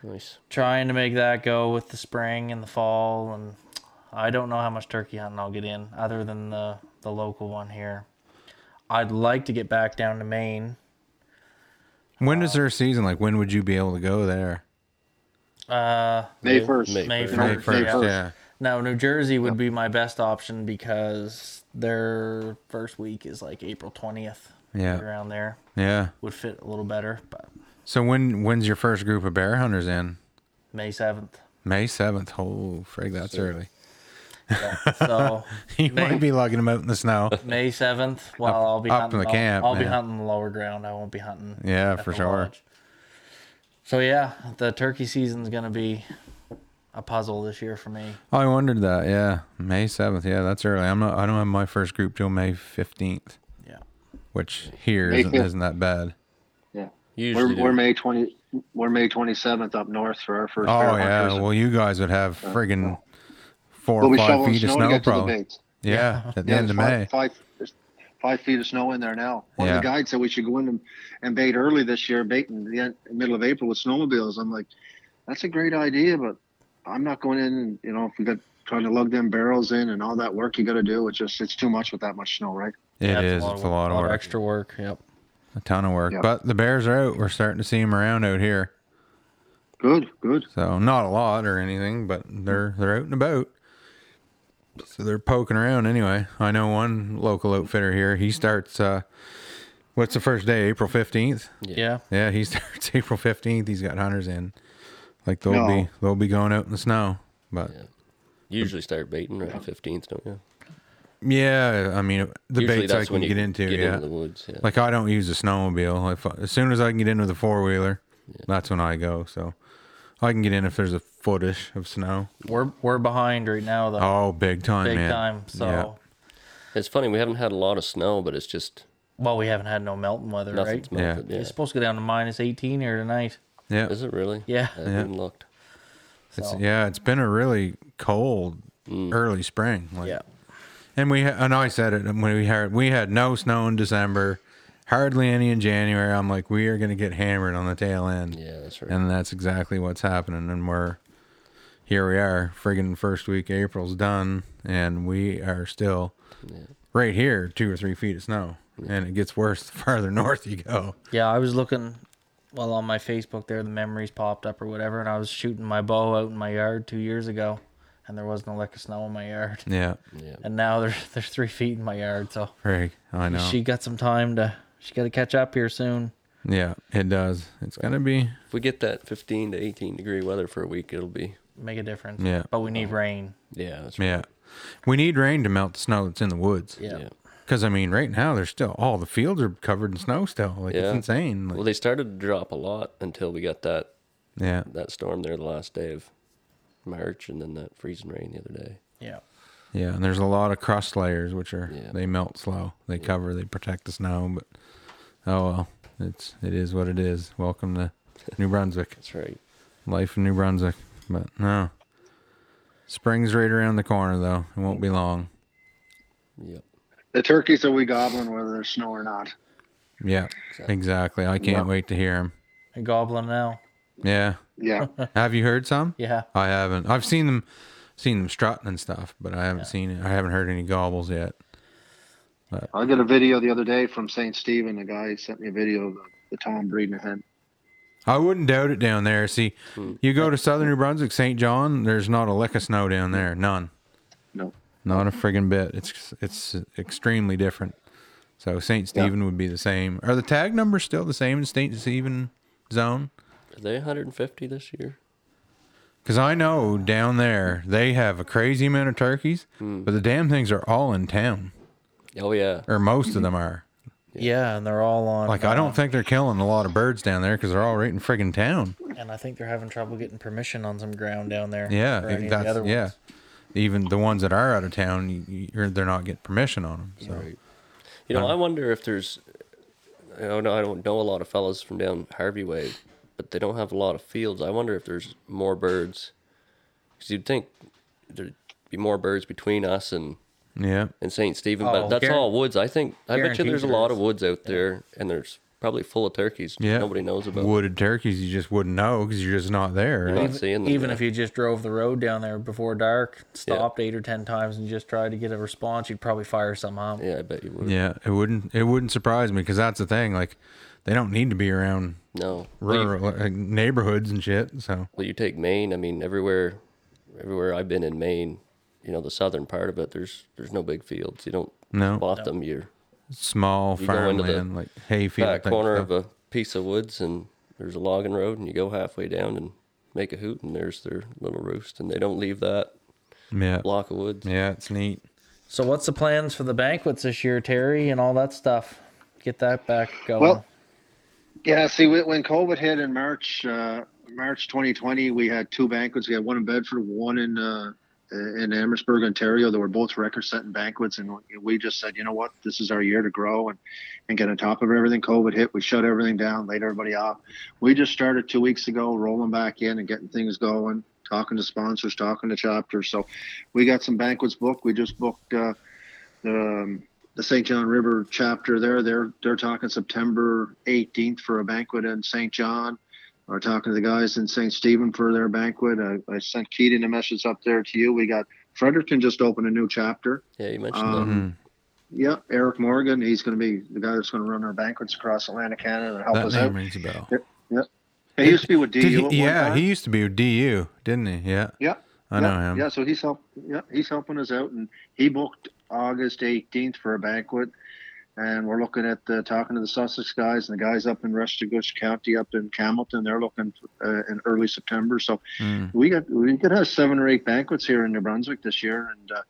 Nice.
trying to make that go with the spring and the fall and I don't know how much turkey hunting I'll get in other than the the local one here. I'd like to get back down to Maine.
When is their season? Like, when would you be able to go there?
Uh
May
May-
first.
May
May
first.
May
May
first,
first.
yeah.
now New Jersey would be my best option because their first week is like April 20th
Yeah.
around there.
yeah.
Would fit a little better, but
So when when's your first group of bear hunters in?
May 7th.
May seventh. Oh, frig, that's early. [LAUGHS]
Yeah. So
You might be lugging them out in the snow.
May 7th, well I'll be
up in
hunting
the
I'll-
camp,
I'll, be
man.
hunting the lower ground. I won't be hunting
Yeah,
at
for
the
sure.
lodge. So yeah, the turkey season's gonna be a puzzle this year for me.
I wondered that. Yeah, May seventh. Yeah, that's early. I'm not. I don't have my first group till May fifteenth,
Yeah.
which here
May
isn't,
5th.
isn't that bad.
Yeah,
Usually
we're,
do.
we're May twenty. We're May twenty seventh up north for our first.
Oh
bear
yeah.
hunters.
Well, you guys would have friggin' four
We'll
or
be
five
shoveling
feet
snow,
of
to
snow
get to the
probably.
baits.
yeah, at the
Yeah,
end
there's
of
five,
May.
Five, there's five feet of snow in there now. One
Yeah.
of the guides said we should go in and, and bait early this year, bait in the end, middle of April with snowmobiles. I'm like, that's a great idea, but I'm not going in. And, you know, if we got trying to lug them barrels in and all that work you got to do, it's just it's too much with that much snow, right?
It
Yeah,
is. It's a lot of work.
extra work. Yep.
A ton of work.
Yeah.
But the bears are out. We're starting to see them around out here.
Good, good.
So not a lot or anything, but they're they're out and about. So they're poking around anyway. I know one local outfitter here. He starts uh what's the first day? April fifteenth.
Yeah.
Yeah, he [LAUGHS] starts April fifteenth. He's got hunters in. Like they'll
No.
be they'll be going out in the snow. But
You usually start baiting around fifteenth, don't you?
yeah, I mean the
usually
baits I can get into, yeah.
the woods. Yeah.
Like I don't use a snowmobile. If as soon as I can get in with a four wheeler, that's when I go. So I can get in if there's a footish of snow.
We're we're behind right now though.
Oh, big time,
big
man.
time. So
Yeah.
it's funny we haven't had a lot of snow, but it's just
well we haven't had no melting weather, right?
nothing's melted. Yeah.
It's supposed to go down to minus eighteen here tonight.
Yeah,
Is it really?
Yeah.
I haven't looked.
It's,
So,
yeah, it's been a really cold early spring. Like,
Mm. yeah.
and we ha- and I said it when we had we had no snow in December, hardly any in January. I'm like, we are gonna get hammered on the tail end,
Yeah, that's right.
and that's exactly what's happening. And we're here we are, friggin' first week April's done, and we are still right here, two or three feet of snow, and it gets worse the [LAUGHS] farther north you go.
Yeah, I was looking well on my Facebook there the memories popped up or whatever and I was shooting my bow out in my yard two years ago and there wasn't a lick of snow in my yard. [LAUGHS]
Yeah,
yeah.
And now there's [LAUGHS] there's three feet in my yard, so
frig, I know.
she got some time to she gotta catch up here soon.
yeah, it does. It's gonna be
If we get that fifteen to eighteen degree weather for a week, it'll be
Make a difference.
Yeah.
But we need rain.
yeah, that's right.
Yeah. We need rain to melt the snow that's in the woods.
Yeah.
Yeah.
Because, I mean, right now, there's still all the fields are covered in snow still. Like,
Yeah.
it's insane. Like,
Well, they started to drop a lot until we got that
yeah.
that storm there the last day of March, and then that freezing rain the other day.
Yeah.
Yeah. And there's a lot of crust layers, which are,
Yeah.
they melt slow. They cover, they protect the snow. But, oh, well, it's, it is what it is. Welcome to New Brunswick.
That's right.
Life in New Brunswick. But, no. Spring's right around the corner, though. It won't be long.
Yep.
The turkeys are we gobbling whether there's snow or not.
Yeah. Exactly. I can't wait to hear them.
A goblin now.
Yeah. [LAUGHS]
Yeah.
Have you heard some?
Yeah.
I haven't. I've seen them, seen them strutting and stuff, but I haven't seen it. I haven't heard any gobbles yet.
I got a video the other day from St. Stephen. A guy sent me a video of the, the tom breeding a hen.
I wouldn't doubt it down there. See, you go to southern New Brunswick, St. John. There's not a lick of snow down there. None.
No.
Not a friggin' bit. It's it's extremely different. So St. Stephen would be the same. Are the tag numbers still the same in St. Stephen zone?
Are they 150 this year?
Because I know down there they have a crazy amount of turkeys, but the damn things are all in town,
Oh yeah.
or most of them are.
Yeah, and they're all on.
Like I don't think they're killing a lot of birds down there because they're all right in friggin' town.
and I think they're having trouble getting permission on some ground down there.
Yeah,
for
if
any of the
that's
other ones.
yeah. Even the ones that are out of town, you, you're, they're not getting permission on them. So
Right. You
Uh-huh.
know, I wonder if there's. I don't know. I don't know a lot of fellas from down Harvey Way, but they don't have a lot of fields. I wonder if there's more birds, because you'd think there'd be more birds between us and
yeah,
and Saint Stephen,
Oh,
but that's
guar-
all woods. I think. I bet you
guaranteed
there's a
there
lot of
is.
woods out there, and there's probably full of turkeys.
yeah.
Nobody knows about.
wooded turkeys. You just wouldn't know because you're just not there.
You're
right?
not seeing them.
Even
yeah.
if you just drove the road down there before dark, stopped eight or ten times, and just tried to get a response, you'd probably fire some out.
Yeah, I bet you would.
Yeah, it wouldn't it wouldn't surprise me because that's the thing. Like they don't need to be around
No. Well, you-
rural like, neighborhoods and shit. So
Well, you take Maine. I mean, everywhere, everywhere I've been in Maine, you know, the southern part of it, there's there's no big fields. You don't
No.
bought them. You're
small
go into the
farmland, like hayfield
back
type
corner
stuff.
of a piece of woods, and there's a logging road, and you go halfway down and make a hoot, and there's their little roost, and they don't leave that
yeah,
block of woods.
yeah. It's neat.
So what's the plans for the banquets this year, Terry, and all that stuff? Get that back going.
Well, Yeah, see, wh- when COVID hit in March, uh, March 2020, we had two banquets. We had one in Bedford, one in uh, in Amherstburg, Ontario. They were both record-setting banquets, and we- we just said, you know what, this is our year to grow and and get on top of everything. COVID hit, we shut everything down, laid everybody off. We just started two weeks ago, rolling back in and getting things going, talking to sponsors, talking to chapters. So, we got some banquets booked. We just booked. Uh, um, the St. John River chapter there. They're they're talking September 18th for a banquet in St. John. We're talking to the guys in St. Stephen for their banquet. I, I sent Keaton a message up there to you. We got Fredericton just opened a new chapter.
Yeah, you mentioned
Um,
Mm-hmm.
that.
Yep, Eric Morgan. He's going to be the guy that's going to run our banquets across Atlantic Canada and help
That
us
name
out.
rings a bell.
He used to be with DU.
Did
at
he-
one
yeah,
time.
he used to be with DU, didn't he? Yeah.
Yep.
I
yeah,
know him.
Yeah, so he's help. Yeah, he's helping us out, and he booked August eighteenth for a banquet, and we're looking at uh, talking to the Sussex guys and the guys up in Restigouche County, up in Camelton. They're looking uh, in early September, so
Mm.
we got we could have seven or eight banquets here in New Brunswick this year, and uh,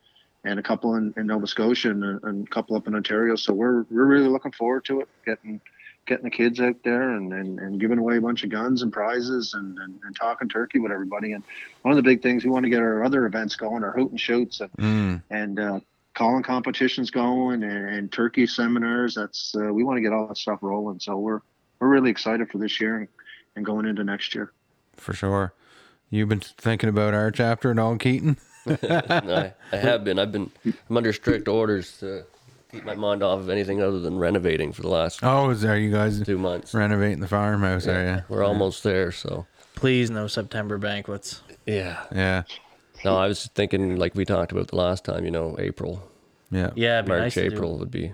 and a couple in, in Nova Scotia and, a- and a couple up in Ontario. So we're we're really looking forward to it, getting getting the kids out there and, and, and giving away a bunch of guns and prizes and, and, and talking turkey with everybody. And one of the big things we want to get our other events going, our hoot and shoots and
Mm.
and uh, calling competitions going and, and turkey seminars. That's uh, we want to get all that stuff rolling. So we're we're really excited for this year and, and going into next year.
For sure. You've been thinking about our chapter at all, Keaton?
I, I have been. I've been. I'm under strict orders to keep my mind off of anything other than renovating for the last
Oh, is there you guys
two months.
renovating the farmhouse? Are you?
We're almost there. So
Please, no September banquets.
yeah.
Yeah.
No, I was thinking like we talked about the last time. You know, April,
Yeah.
Yeah, it'd be
March,
nice to do
April would be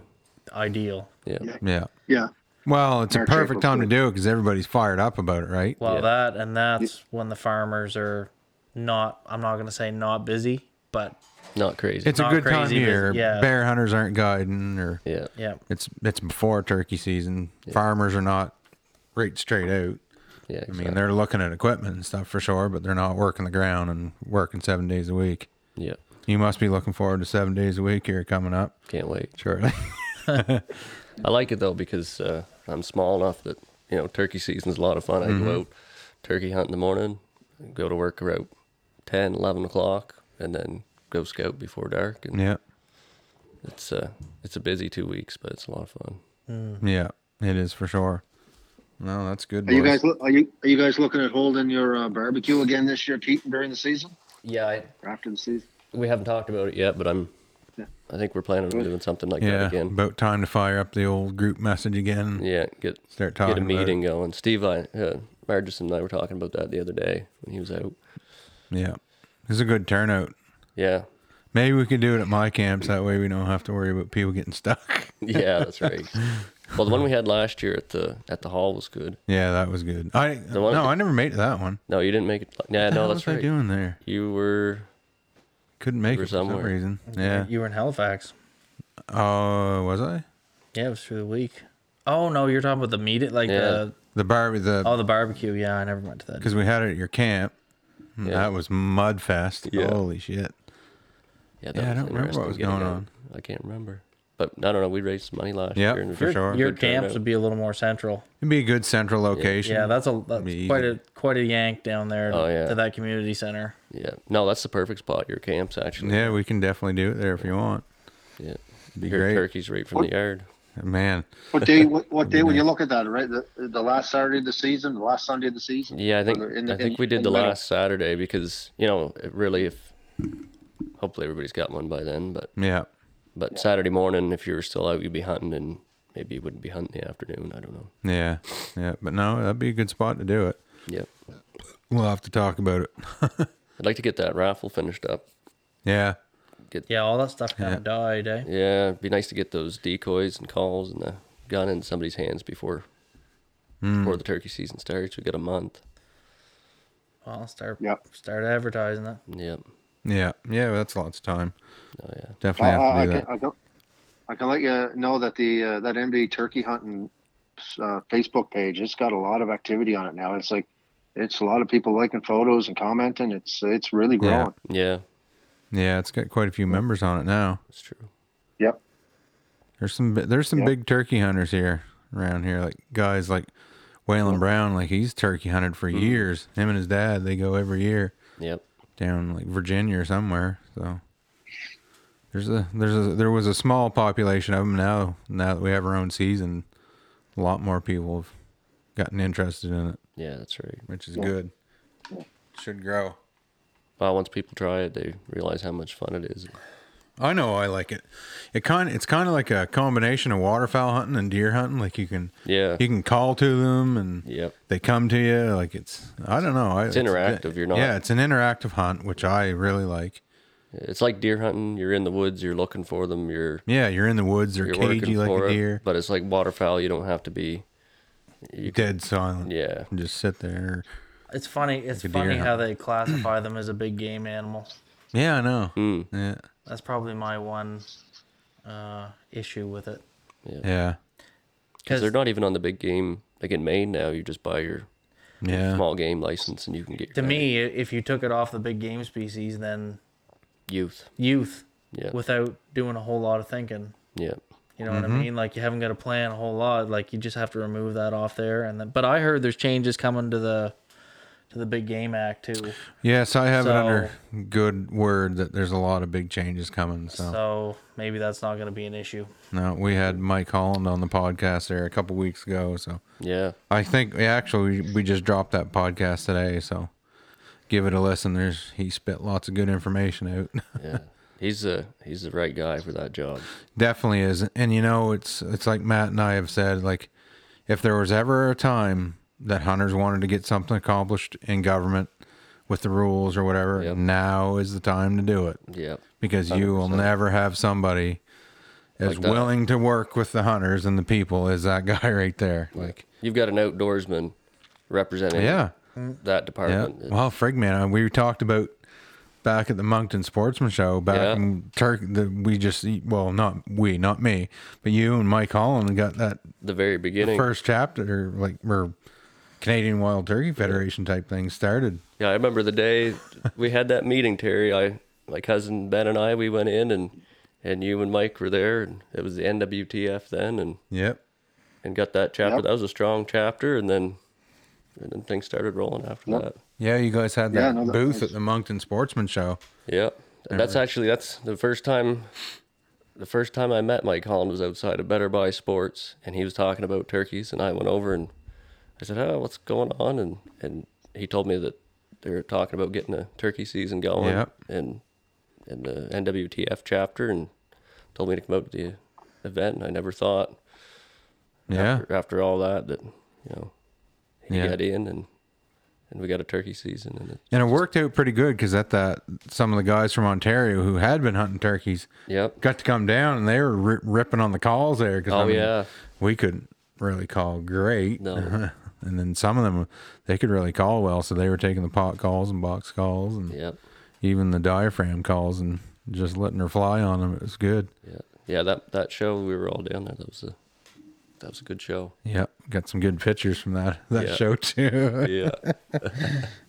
ideal.
yeah.
Yeah.
Yeah.
Yeah.
Well, it's a
March,
perfect
April,
time to
too.
do it because everybody's fired up about it, right?
Well,
Yeah.
that and that's when the farmers are not. I'm not gonna say not busy, but
Not crazy.
It's a
not
good time of
crazy, but
year.
yeah.
Bear hunters aren't guiding, or
yeah.
yeah,
it's it's before turkey season. Farmers are not right straight out.
Yeah.
I
Exactly.
mean, they're looking at equipment and stuff for sure, but they're not working the ground and working seven days a week.
yeah.
You must be looking forward to seven days a week here coming up
Can't wait.
[LAUGHS] shortly.
I like it though because uh, I'm small enough that you know turkey season's a lot of fun. I
Mm-hmm.
go out turkey hunt in the morning, go to work around 10, 11 o'clock, and then go scout before dark. And
yeah,
it's uh, it's a busy two weeks, but it's a lot of fun.
yeah, it is for sure. No, that's good.
Are you
boys.
guys lo- are you are you guys looking at holding your uh, barbecue again this year, Keaton, during the season
Yeah, I,
or after the season?
we haven't talked about it yet, but I'm I think we're planning on doing something like
yeah,
that again.
about time to fire up the old group message again.
yeah, get
Start
get a
talking about it.
meeting going. Steve, I uh, Margis and I were talking about that the other day when he was out.
Yeah, it's a good turnout.
Yeah, [LAUGHS]
Maybe we could do it at my camps. That way we don't have to worry about people getting
[LAUGHS]
stuck.
yeah,
[LAUGHS]
that's right. well, the one we had last year at the at the hall was good.
yeah, that was good. I
one-
no, I never made it to that one.
No, you didn't make it. Yeah,
What the
no,
hell
that's
was I
right.
doing there?
You were.
Couldn't make
were
it for some
somewhere.
reason. Yeah.
you were in Halifax.
Oh, was I?
Yeah, it was through the week. Oh no, you're talking about the meat, it like the
The bar
oh
the
the barbecue. Yeah, I never went to that.
because we had it at your camp. and
Yeah.
That was Mudfest.
Yeah.
Holy shit!
Yeah,
Yeah, I don't remember what
interesting
was
getting
going
out.
on.
I can't remember. But I don't know. We raised some money last
Yeah,
year. and-
for
Your,
sure.
your
Good
camps
turnout.
would be a little more central.
It'd be a good central location.
Yeah, that's a that's
Be
quite
easy.
a quite a yank down there
Oh, yeah.
to that community center.
Yeah. No, that's the perfect spot. Your camps actually.
Yeah, we can definitely do it there if you want.
Yeah.
Be
Your
great.
turkeys right from the yard.
Man, [LAUGHS]
What day? What, what day when you look at that? Right, the, the last Saturday of the season, the last Sunday of the season.
Yeah, I think
Or in the-
I think
in-
we did
in
the
middle.
last Saturday because you know it really if hopefully everybody's got one by then, but
yeah,
but Saturday morning if you were still out you'd be hunting and maybe you wouldn't be hunting in the afternoon. I don't know.
yeah, yeah. But no, that'd be a good spot to do it.
Yeah,
We'll have to talk about it.
I'd like to get that raffle finished up.
yeah,
Get yeah,
Yeah, all that stuff kind of died, eh?
it'd be nice to get those decoys and calls and the gun in somebody's hands before
Hmm.
before the turkey season starts. We got a month.
Well, start
Yep.
start advertising that.
Yep.
yeah, yeah. That's lots of time.
Oh yeah.
I,
Definitely
I, I,
have to do
can,
that.
I, can, I can let you know that the uh, that MD turkey hunting uh, Facebook page it's got a lot of activity on it now. It's like it's a lot of people liking photos and commenting. It's it's really growing.
Yeah.
Yeah,
Yeah, it's got quite a few members on it now.
that's true.
Yep.
There's some bi- there's some
Yeah.
big turkey hunters here around here, like guys like Waylon Brown, like he's turkey hunted
Mm-hmm.
for years. Him and his dad, they go every year
Yep.
down like Virginia or somewhere. So there's a there's a there was a small population of them now. Now that we have our own season, a lot more people have gotten interested in it,
Yeah, that's right.
which is good. Should grow.
Well, once people try it, they realize how much fun it is.
I know I like it. It kind it's kind of like a combination of waterfowl hunting and deer hunting. Like you can
Yeah.
you can call to them and
Yep.
they come to you like it's I don't know. I- It's,
interactive, you're not-
Yeah, it's an interactive hunt, which I really like.
It's like deer hunting. You're in the woods. You're looking for them. You're
Yeah, you're in the woods or
you're
cagey
working
like
for
a
it.
deer,
But it's like waterfowl. You don't have to be.
dead silent.
Yeah.
and just sit there.
It's funny. It's
Like a deer
funny
hunt.
how they classify them as a big game animal.
Yeah, I know.
Mm.
Yeah,
That's probably my one uh, issue with it.
yeah,
because
Because
they're not even on the big game. Like in Maine now, you just buy your
yeah.
small game license and you can get your
to me, i- if you took it off the big game species, then
youth.
youth
Yeah,
without doing a whole lot of thinking.
yeah,
You know
Mm-hmm.
what I mean? Like you haven't got to plan a whole lot. Like you just have to remove that off there. And then, but I heard there's changes coming to the to the big game act too.
Yes, I have it under good word that there's a lot of big changes coming.
Oh.
So.
So maybe that's not going to be an issue.
no, we had Mike Holland on the podcast there a couple weeks ago. So
yeah.
I think yeah, actually we- we just dropped that podcast today. So give it a listen. There's he spit lots of good information out. [LAUGHS]
yeah. He's the he's the right guy for that job.
Definitely is. And you know, it's it's like Matt and I have said, like if there was ever a time that hunters wanted to get something accomplished in government with the rules or whatever,
Yep.
now is the time to do it.
Yeah,
Because you will never have somebody as
Like that.
willing to work with the hunters and the people as that [LAUGHS] guy right there. Like
you've got an outdoorsman representing
Yeah.
that
Yeah.
department.
Well, frig man, uh, we talked about back at the Moncton Sportsman Show back
Yeah.
in Turkey. The, we just well, not we, not me, but you and Mike Holland got that
The very beginning.
first chapter, like or Canadian Wild Turkey Federation type thing started.
Yeah, I remember the day we had that meeting, Terry. I, my cousin Ben and I, we went in and and you and Mike were there, and it was the NWTF then, and
Yep.
and got that chapter.
Yep.
That was a strong chapter, and then and then things started rolling after
Yep.
that.
Yeah, you guys had
Yeah,
that
no, that
booth
was-
at the Moncton Sportsman Show.
Yeah, and that's actually that's the first time. The first time I met Mike Holland was outside of Better Buy Sports, and he was talking about turkeys, and I went over and I said, "Oh, what's going on?" and and he told me that they're talking about getting a turkey season going,
Yep.
and and the NWTF chapter, and told me to come out to the event, and I never thought
Yeah.
after, after all that that you know he
Yeah.
got in and and we got a turkey season, and it,
And it worked out pretty good because at that, some of the guys from Ontario who had been hunting turkeys
yep,
got to come down and they were ri ripping on the calls there. 'cause,
oh
I mean,
yeah,
we couldn't really call great.
No.
[LAUGHS] and then some of them, they could really call well. So they were taking the pot calls and box calls and
yep.
even the diaphragm calls and just letting her fly on them. It was good.
Yeah, yeah. That that show we were all down there. That was a that was a
[LAUGHS]
good show.
Yep, got some good pictures from that [LAUGHS] that
Yeah.
show too. [LAUGHS]
Yeah,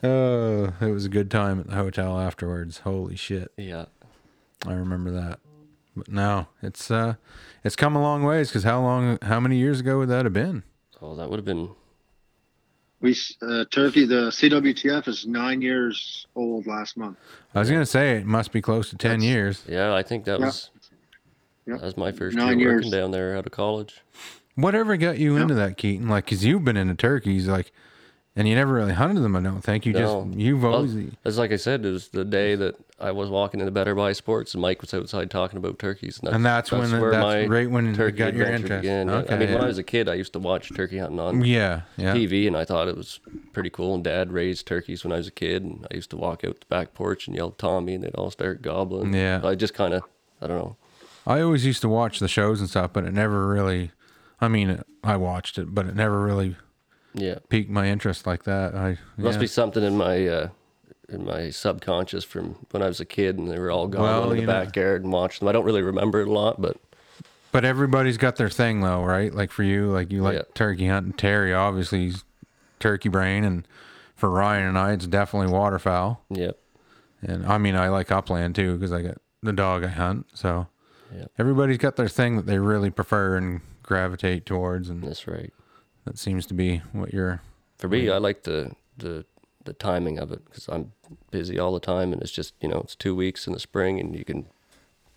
oh, it was a good time at the hotel afterwards. Holy shit,
yeah,
I remember that. But no, it's uh, it's come a long ways because how long, how many years ago would that have been?
Oh, that would have been
We s- uh, Turkey. The CWTF is nine years old last month.
I was gonna say it must be close to ten
That's-
years.
yeah. I think that
Yeah.
was
Yeah.
that was my first
Nine
year
years.
working down there out of college.
Whatever got you
Yeah.
into that, Keaton? Like, cause you've been into turkeys, like, and you never really hunted them. I don't think you
No.
just you've
Well,
always
It's like I said, it was the day that I was walking into Better Buy Sports, and Mike was outside talking about turkeys, and
And that's when- that's right when it got your
adventure
interest.
I-
Okay,
I mean, when
yeah.
I was a kid, I used to watch turkey hunting on
yeah yeah
TV, and I thought it was pretty cool. And Dad raised turkeys when I was a kid, and I used to walk out the back porch and yell "Tommy," and they'd all start gobbling.
Yeah.
I just kind of, I don't know.
I always used to watch the shows and stuff, but it never really. I mean, I watched it, but it never really
Yeah,
piqued my interest like that. I
must
yeah.
be something in my uh, in my subconscious from when I was a kid, and they were all gone
Well,
in
you
the
know-
backyard and watched them. I don't really remember it a lot, but
But everybody's got their thing though, right? Like for you, like you like
Yeah.
turkey hunting. Terry obviously he's turkey brain, and for Ryan and I, it's definitely waterfowl.
yeah,
And I mean, I like upland too because I got the dog I hunt. So
Yeah.
everybody's got their thing that they really prefer and gravitate towards, and
that's right.
that seems to be what you're.
For me, I like the the the timing of it because I'm busy all the time, and it's just you know it's two weeks in the spring, and you can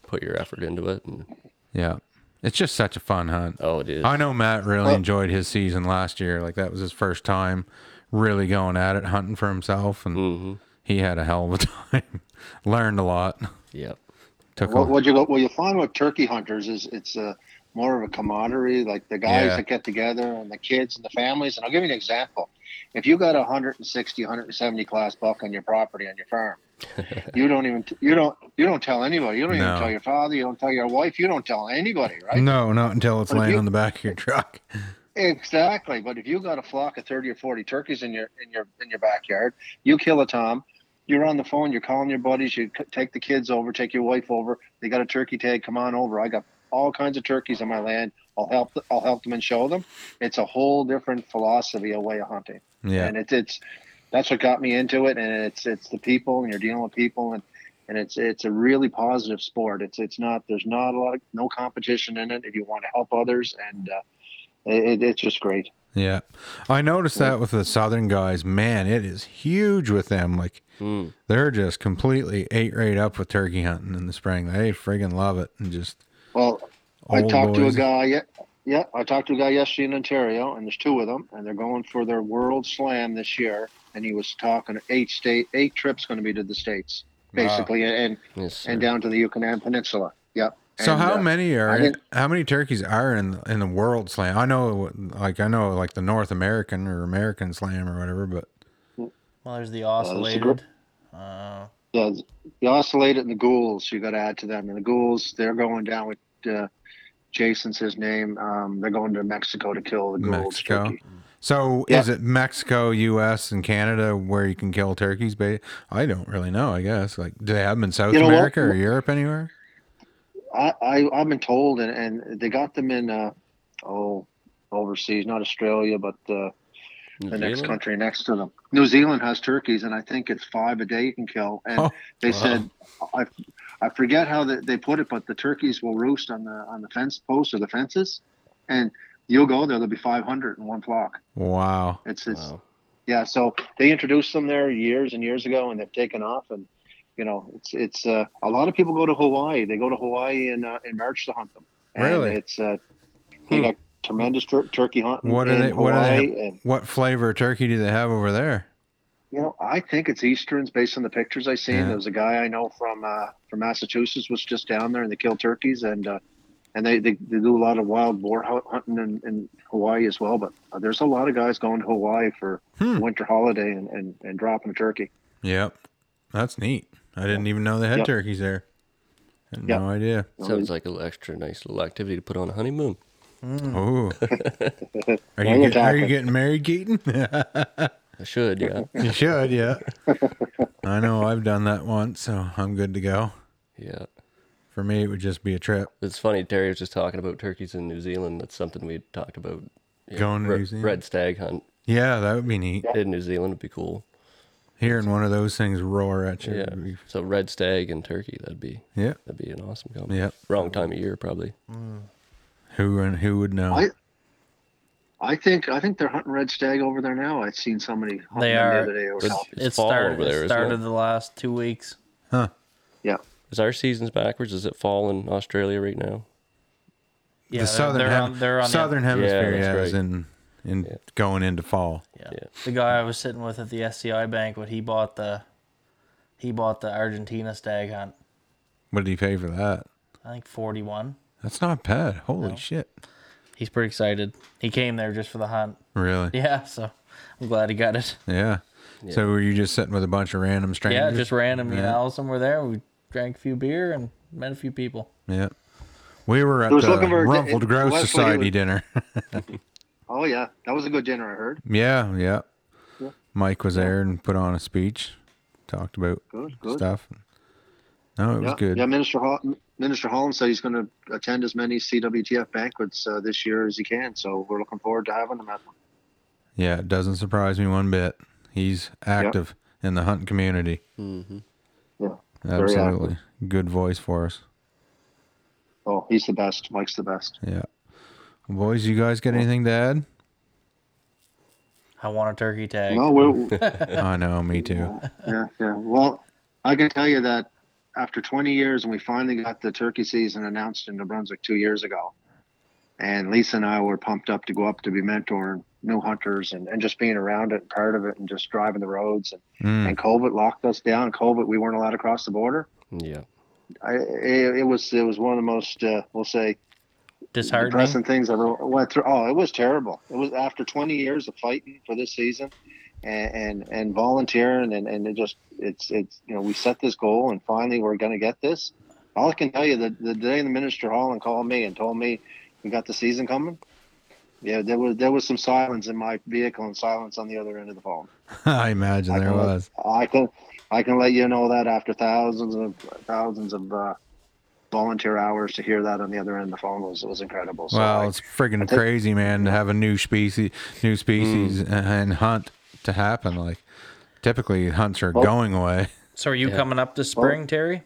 put your effort into it. And
Yeah, it's just such a fun hunt.
oh, it is.
I know Matt really enjoyed his season last year. Like that was his first time really going at it, hunting for himself,
Mm.
and
Mm-hmm.
he had a hell of a [LAUGHS] time. Learned a lot.
Yep.
Took
What,
a-
what you go, what you find with turkey hunters is it's uh more of a camaraderie, like the guys
Yeah.
that get together and the kids and the families. And I'll give you an example. If you got a 160, 170 class buck on your property on your
[LAUGHS]
farm, you don't even you don't you don't tell anybody. You don't
No.
even tell your father. You don't tell your wife. You don't tell anybody, right?
no, not until it's
But if
laying
you-
on the back of your truck. [LAUGHS]
Exactly. But if you got a flock of thirty or forty turkeys in your in your in your backyard, you kill a tom. You're on the phone. You're calling your buddies. You c- take the kids over. Take your wife over. They got a turkey tag. Come on over. I got all kinds of turkeys on my land. I'll help. I'll help them and show them. It's a whole different philosophy, a way of hunting.
Yeah.
and it's it's that's what got me into it and it's it's the people and you're dealing with people and and it's it's a really positive sport it's it's not there's not a lot of no competition in it if you want to help others and uh, it, it's just great
Yeah. I noticed that with the Southern guys, man, it is huge with them. Like
Mm.
they're just completely eight right up with turkey hunting in the spring. They friggin' love it and just
well i
old
talked to a
boys.
guy yeah yeah i talked to a guy yesterday in ontario and there's two of them and they're going for their world slam this year and he was talking eight state eight trips going to be to the states
Wow.
basically and
Yes, sir.
and down to the Yucatan peninsula yep
So
And,
how
uh,
many
I
are in,
didn't-
how many turkeys are in the, in the world slam? I know like I know like the North American or American slam or whatever, but
Well, there's the
there's the
oscillated.
group-
uh,
Yeah, the oscillated and the ghouls you got to add to them. And the ghouls, they're going down with uh, Jason's his name. Um, they're going to Mexico to kill the ghouls.
Mexico.
turkey.
So
Yeah.
is it Mexico, U.S., and Canada where you can kill turkeys? Ba- I don't really know. I guess like do they have them in South
You know what?
America or Europe anywhere?
I, I I've been told, and, and they got them in uh, oh overseas, not Australia, but uh,
New
the next
Zealand?
country next to them. New Zealand has turkeys, and I think it's five a day you can kill. And
Oh,
they
wow.
said, I, I forget how they, they put it, but the turkeys will roost on the on the fence posts or the fences, and you'll go there. There'll be 500 in one flock.
Wow.
It's it's
Wow.
yeah. So they introduced them there years and years ago, and they've taken off. And you know, it's it's uh, a lot of people go to Hawaii. They go to Hawaii in uh, in March to hunt them. And
Really? Hmm.
It's uh, they got tremendous tur- turkey hunting.
What do
in
they- what do they
Hawaii,
have?
and
What flavor of turkey do they have over there?
you know, I think it's Easterns based on the pictures I seen.
Yeah.
There was a guy I know from uh, from Massachusetts was just down there and they kill turkeys and uh, and they, they, they do a lot of wild boar hu- hunting in, in Hawaii as well. But uh, there's a lot of guys going to Hawaii for
Hmm.
winter holiday and, and, and dropping a turkey.
Yep, that's neat. I didn't even know they had
Yep.
turkeys there. I had
Yep.
No idea.
Sounds like a little extra nice little activity to put on a honeymoon.
Oh, are
Now
you
you're
get, are you
talking.
getting married, Keaton? [LAUGHS]
I should,
[LAUGHS]
yeah.
You should, yeah. I know I've done that once, so I'm good to go.
yeah.
For me, it would just be a trip.
It's funny, Terry was just talking about turkeys in New Zealand. That's something we had talked about. Yeah,
Going to
re-
New Zealand.
Red stag hunt
Yeah, that would be neat.
in New Zealand would be cool.
Hearing one of those things roar at you.
Yeah.
would be-
So red stag and turkey, that'd be
yeah.
that'd be an awesome combo.
Yeah.
Wrong time of year probably.
Who and who would know?
I I think I think they're hunting red stag over there now. I've seen somebody hunting
They
them
are.
the other day. Or
Good.
something.
it
It's fall
started.
over there, isn't
it
it?
started the last two weeks.
Huh.
Yeah.
Is our season's backwards? Is it fall in Australia right now?
Yeah,
the southern
they're, they're
hem-
on, they're on
southern
The,
hemisphere
Yeah,
yeah,
that's
is
right.
in in
Yeah.
going into fall.
yeah.
Yeah.
the guy I was sitting with at the SCI banquet, he bought the he bought the Argentina stag hunt.
What did he pay for that?
I think forty one.
That's not bad. Holy shit!
He's pretty excited. He came there just for the hunt.
Really?
Yeah, so I'm glad he got it.
Yeah. So were you just sitting with a bunch of random
Yeah,
strangers?
just random. You
Yeah.
know, Allison were there. We drank a few beer and met a few people.
Yeah. We were at
was
the
looking for-
Rumpled
it-
Grouse
Wesley was-
Society dinner. [LAUGHS]
Oh yeah, that was a good dinner. I heard.
Yeah, yeah. Mike was there and put on a speech, talked about
Good, good.
stuff. No, it was
yeah.
good.
Yeah, Minister Hall, Minister Holland said he's going to attend as many CWTF banquets uh, this year as he can. So we're looking forward to having him at one.
Yeah, it doesn't surprise me one bit. He's active in the hunting community.
Yeah, very active.
Absolutely. Good voice for us.
Oh, he's the best. Mike's the best.
Yeah. Boys, you guys got anything to
[LAUGHS]
add?
I want a turkey tag.
No, we're
I know, me too.
yeah, yeah. Well, I can tell you that after 20 years, when we finally got the turkey season announced in New Brunswick two years ago, and Lisa and I were pumped up to go up to be mentoring new hunters and, and just being around it and part of it and just driving the roads. And,
Mm.
and COVID locked us down. COVID, we weren't allowed to cross the border.
Yeah.
I, it, it was it was one of the most uh, we'll say
Disheartening.
depressing things I ever went through. Oh, it was terrible. It was after 20 years of fighting for this season, and and, and volunteering, and and it just it's it's you know we set this goal, and finally we're going to get this. All I can tell you that the day the minister Holland called me and told me we got the season coming, Yeah, there was there was some silence in my vehicle and silence on the other end of the phone.
[LAUGHS] I imagine
I
there
can let-
was.
I can I can let you know that after thousands of thousands of uh, volunteer hours to hear that on the other end of the phone was was incredible. So
Well,
I-
it's friggin' crazy, man, to have a new species, new species, and hunt to happen. Like, typically hunts are going away.
So are you coming up this spring, Terry?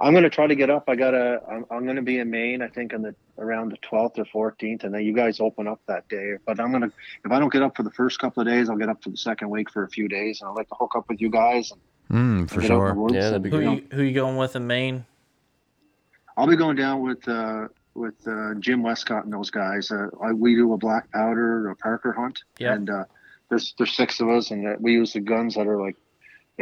I'm gonna try to get up. I gotta. I'm, I'm gonna be in Maine. I think on the around the 12th or 14th, and then you guys open up that day. But I'm gonna. If I don't get up for the first couple of days, I'll get up for the second week for a few days, and I'd like to hook up with you guys and
Mm, for
get out in the
sure.
woods.
Yeah, that'd
and,
be
Who
you know,
you, who you going with in Maine?
I'll be going down with uh, with uh, Jim Westcott and those guys. Uh, I, we do a black powder, a Parker hunt,
Yep.
and uh, there's there's six of us, and uh, we use the guns that are like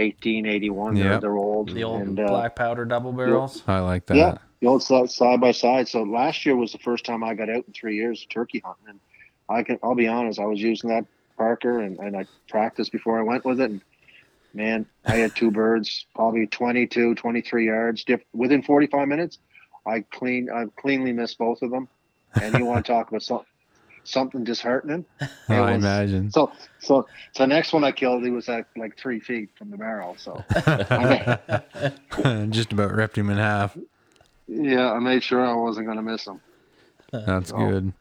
1881. They're,
Yep.
they're old.
The old
and, uh,
black powder double barrels.
I like that.
Yeah, you know, it's like side by side. So last year was the first time I got out in three years turkey hunting, and I can I'll be honest, I was using that Parker and, and I practiced before I went with it. And man, I had two birds, probably 22, 23 yards diff- within 45 minutes. I clean, I cleanly missed both of them. And you want to talk about something? Something disheartening. It
I
was-
imagine.
So, so, so the next one I killed, he was at like three feet from the barrel.
[LAUGHS]
So, I
[LAUGHS]
made,
Just about ripped him in half.
yeah, I made sure I wasn't going to miss him.
That's
Oh.
good.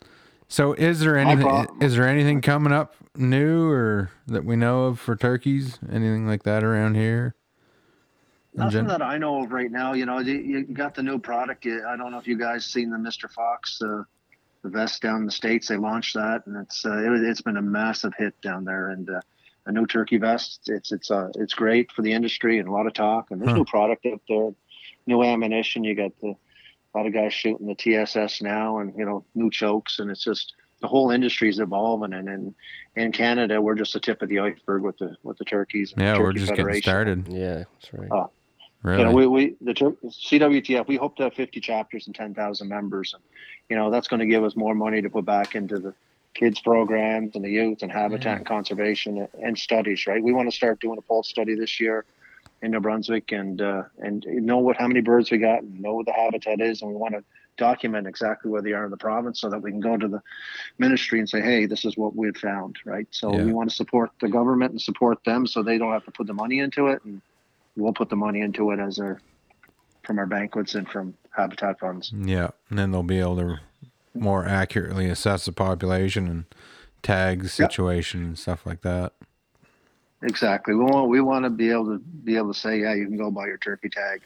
So, is there
My
anything?
problem.
Is there anything coming up new or that we know of for turkeys? Anything like that around here? in
Nothing
gen-
that I know of right now. You know, you, you got the new product. You, I don't know if you guys seen the Mr. Fox, uh, the vest down in the states. They launched that, and it's uh, it, was- it's been a massive hit down there. And uh, a new turkey vest. It's it's uh, it's great for the industry and a lot of talk. And there's
Huh.
new product out there, new ammunition. You got the a lot of guys shooting the TSS now, and you know new chokes, and it's just the whole industry's evolving. And in in Canada, we're just the tip of the iceberg with the with the turkeys. And
yeah,
turkey
we're just getting
Federation.
started.
Yeah, that's right.
Uh,
Really.
You know, we, we the ter- CWTF we hope to have 50 chapters and 10,000 members, and you know that's going to give us more money to put back into the kids programs and the youth and habitat and conservation and studies. Right, we want to start doing a pulse study this year in New Brunswick and uh, and know what how many birds we got, and know what the habitat is, and we want to document exactly where they are in the province so that we can go to the ministry and say hey this is what we had found right so
Yeah.
we want to support the government and support them so they don't have to put the money into it and we'll put the money into it as our from our banquets and from habitat funds.
Yeah, and then they'll be able to more accurately assess the population and tag the situation and stuff like that.
Exactly. We want we want to be able to be able to say, yeah, you can go buy your turkey tag,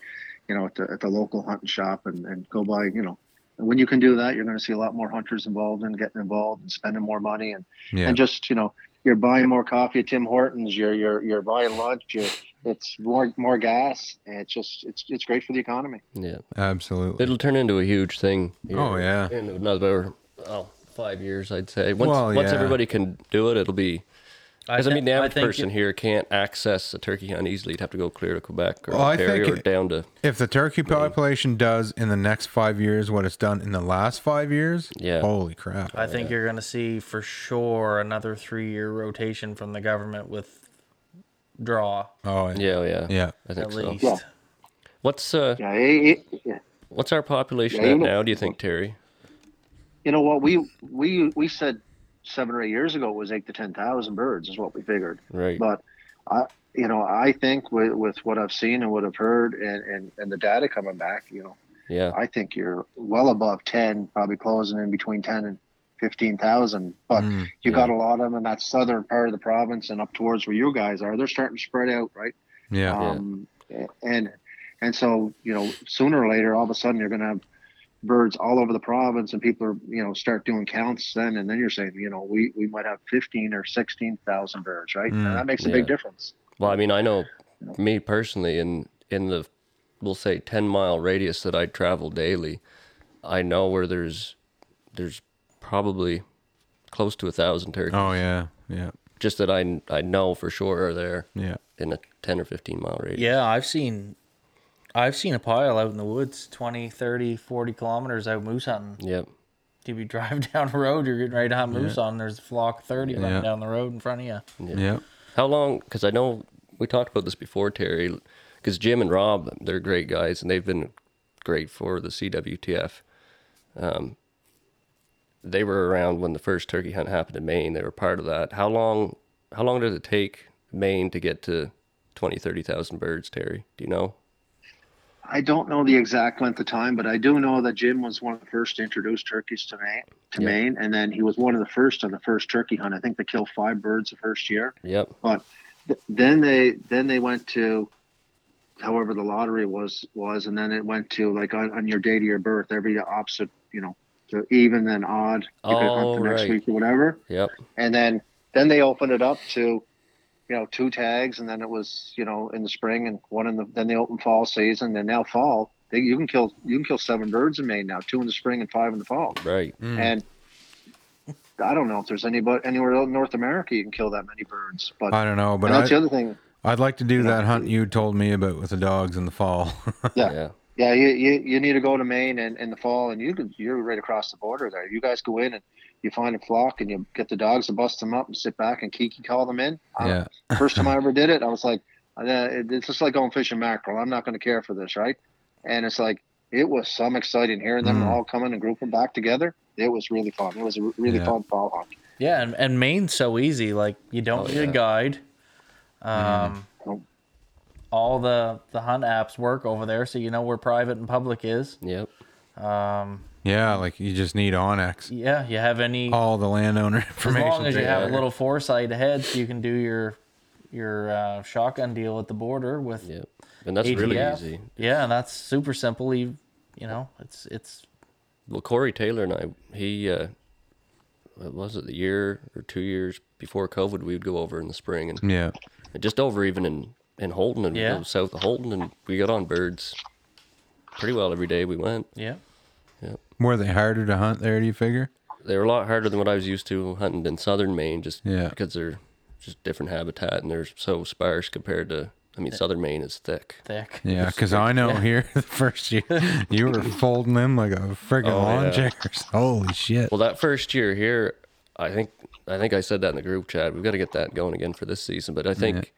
you know, at the at the local hunting shop and and go buy, you know. And when you can do that, you're going to see a lot more hunters involved and getting involved and spending more money and
Yeah,
and just you know you're buying more coffee at Tim Hortons, you're you're you're buying lunch, you're it's more more gas, and it's just it's it's great for the economy.
Yeah,
absolutely.
it'll turn into a huge thing. here
Oh, yeah.
in another oh five years, I'd say. Once
Well,
once
yeah.
everybody can do it, it'll be. Because I,
thi-
mean, the
I
average
think
person here can't access a turkey hunt easily. You'd have to go clear to Quebec or
Well, I think
Ontario or
it-
down to
If the turkey population does in the next five years what it's done in the last five years,
Yeah.
holy crap!
I think you're going to see for sure another three-year rotation from the government with draw
Oh
yeah, oh, yeah,
yeah.
I think
at
so.
least.
Yeah.
What's uh,
Yeah, it, it, yeah.
what's our population
Yeah, you
at
know-
now? Do you think, Terry?
you know what we we we said seven or eight years ago it was eight to ten thousand birds is what we figured
Right.
but i you know i think with, with what i've seen and what i've heard and, and and the data coming back you know
yeah.
i think you're well above 10 probably closing in between 10 and 15,000 but
Mm,
yeah.
you got a lot of them in that southern part of the province and up towards where you guys are they're starting to spread out right
yeah,
Yeah.
um, and and so you know sooner or later all of a sudden you're going to have birds all over the province and people are you know start doing counts then and then you're saying you know we we might have 15 or 16,000 birds right
Mm,
and that makes a big
yeah.
difference
Well, I mean, I know me personally, in in the we'll say ten mile radius that I travel daily, I know where there's there's probably close to a thousand turkeys,
oh yeah, yeah,
just that I I know for sure are there
yeah.
in a ten or fifteen mile radius.
Yeah, I've seen I've seen a pile out in the woods 20, 30, 40 kilometers out moose hunting.
Yep.
If you drive [LAUGHS] down a road, you're getting ready to hunt moose on. There's a flock of 30 running
Yeah.
down the road in front of you.
yeah.
How long? Because I know we talked about this before, Terry. Because Jim and Rob, they're great guys, and they've been great for the CWTF. Um, they were around when the first turkey hunt happened in Maine. They were part of that. How long? How long does it take Maine to get to 20, 30,000 birds, Terry? Do you know?
I don't know the exact length of time, but I do know that Jim was one of the first to introduce turkeys to Maine, to
Yeah.
Maine, and then he was one of the first on the first turkey hunt. I think they killed five birds the first year.
Yep.
But th- then they then they went to however the lottery was was, and then it went to like on, on your date of your birth, every opposite, you know, to even and odd, you could
Oh,
hunt the next
right.
week or whatever.
Yep.
And then then they opened it up to you know two tags, and then it was you know in the spring and one in the then they opened fall season, and now fall they, you can kill you can kill seven birds in Maine now, two in the spring and five in the fall,
Right.
Mm.
and I don't know if there's anybody anywhere else in North America you can kill that many birds, but
I don't know, but
and that's
I,
the other thing.
I'd like to do
know,
that hunt you told me about with the dogs in the fall. [LAUGHS]
Yeah.
Yeah.
Yeah, you, you, you need to go to Maine and in the fall, and you can you're right across the border there. You guys go in and you find a flock, and you get the dogs to bust them up and sit back and kiki call them in. I-
yeah,
[LAUGHS] First time I ever did it, I was like, uh, it- it's just like going fishing mackerel. I'm not going to care for this, right? And it's like it was some exciting hearing them
Mm.
all coming and grouping back together. It was really fun. It was a re- really
Yeah.
fun fall hunt.
Yeah, and, and Maine's so easy. Like you don't
Oh,
need
yeah. Mm-hmm.
a guide. Um,
Nope.
all the the hunt apps work over there, so you know where private and public is.
Yep.
Um,
yeah, like you just need Onyx.
yeah, you have any
All the landowner [LAUGHS]
as
information.
long as you have a
there.
little foresight ahead, so you can do your your uh, shotgun deal at the border with
Yep. And that's really
ATF.
easy.
Yeah, and that's super simple. You you know, it's it's
Well, Corey Taylor and I, he, uh, what was it the year or two years before COVID? We would go over in the spring and
yeah,
just over even in in Holton and
Yeah.
we go south of Holton, and we got on birds pretty well every day we went.
yeah.
were they harder to hunt there? Do you figure?
They were a lot harder than what I was used to hunting in southern Maine, just
Yeah.
because they're just different habitat and they're so sparse compared to. I mean, southern Maine is thick.
Thick.
Yeah, because I know here [LAUGHS] the first year you were folding them like a freaking
Oh,
lawn
yeah.
chair. [LAUGHS] Holy shit!
Well, that first year here, I think I think I said that in the group chat. We've got to get that going again for this season. But I think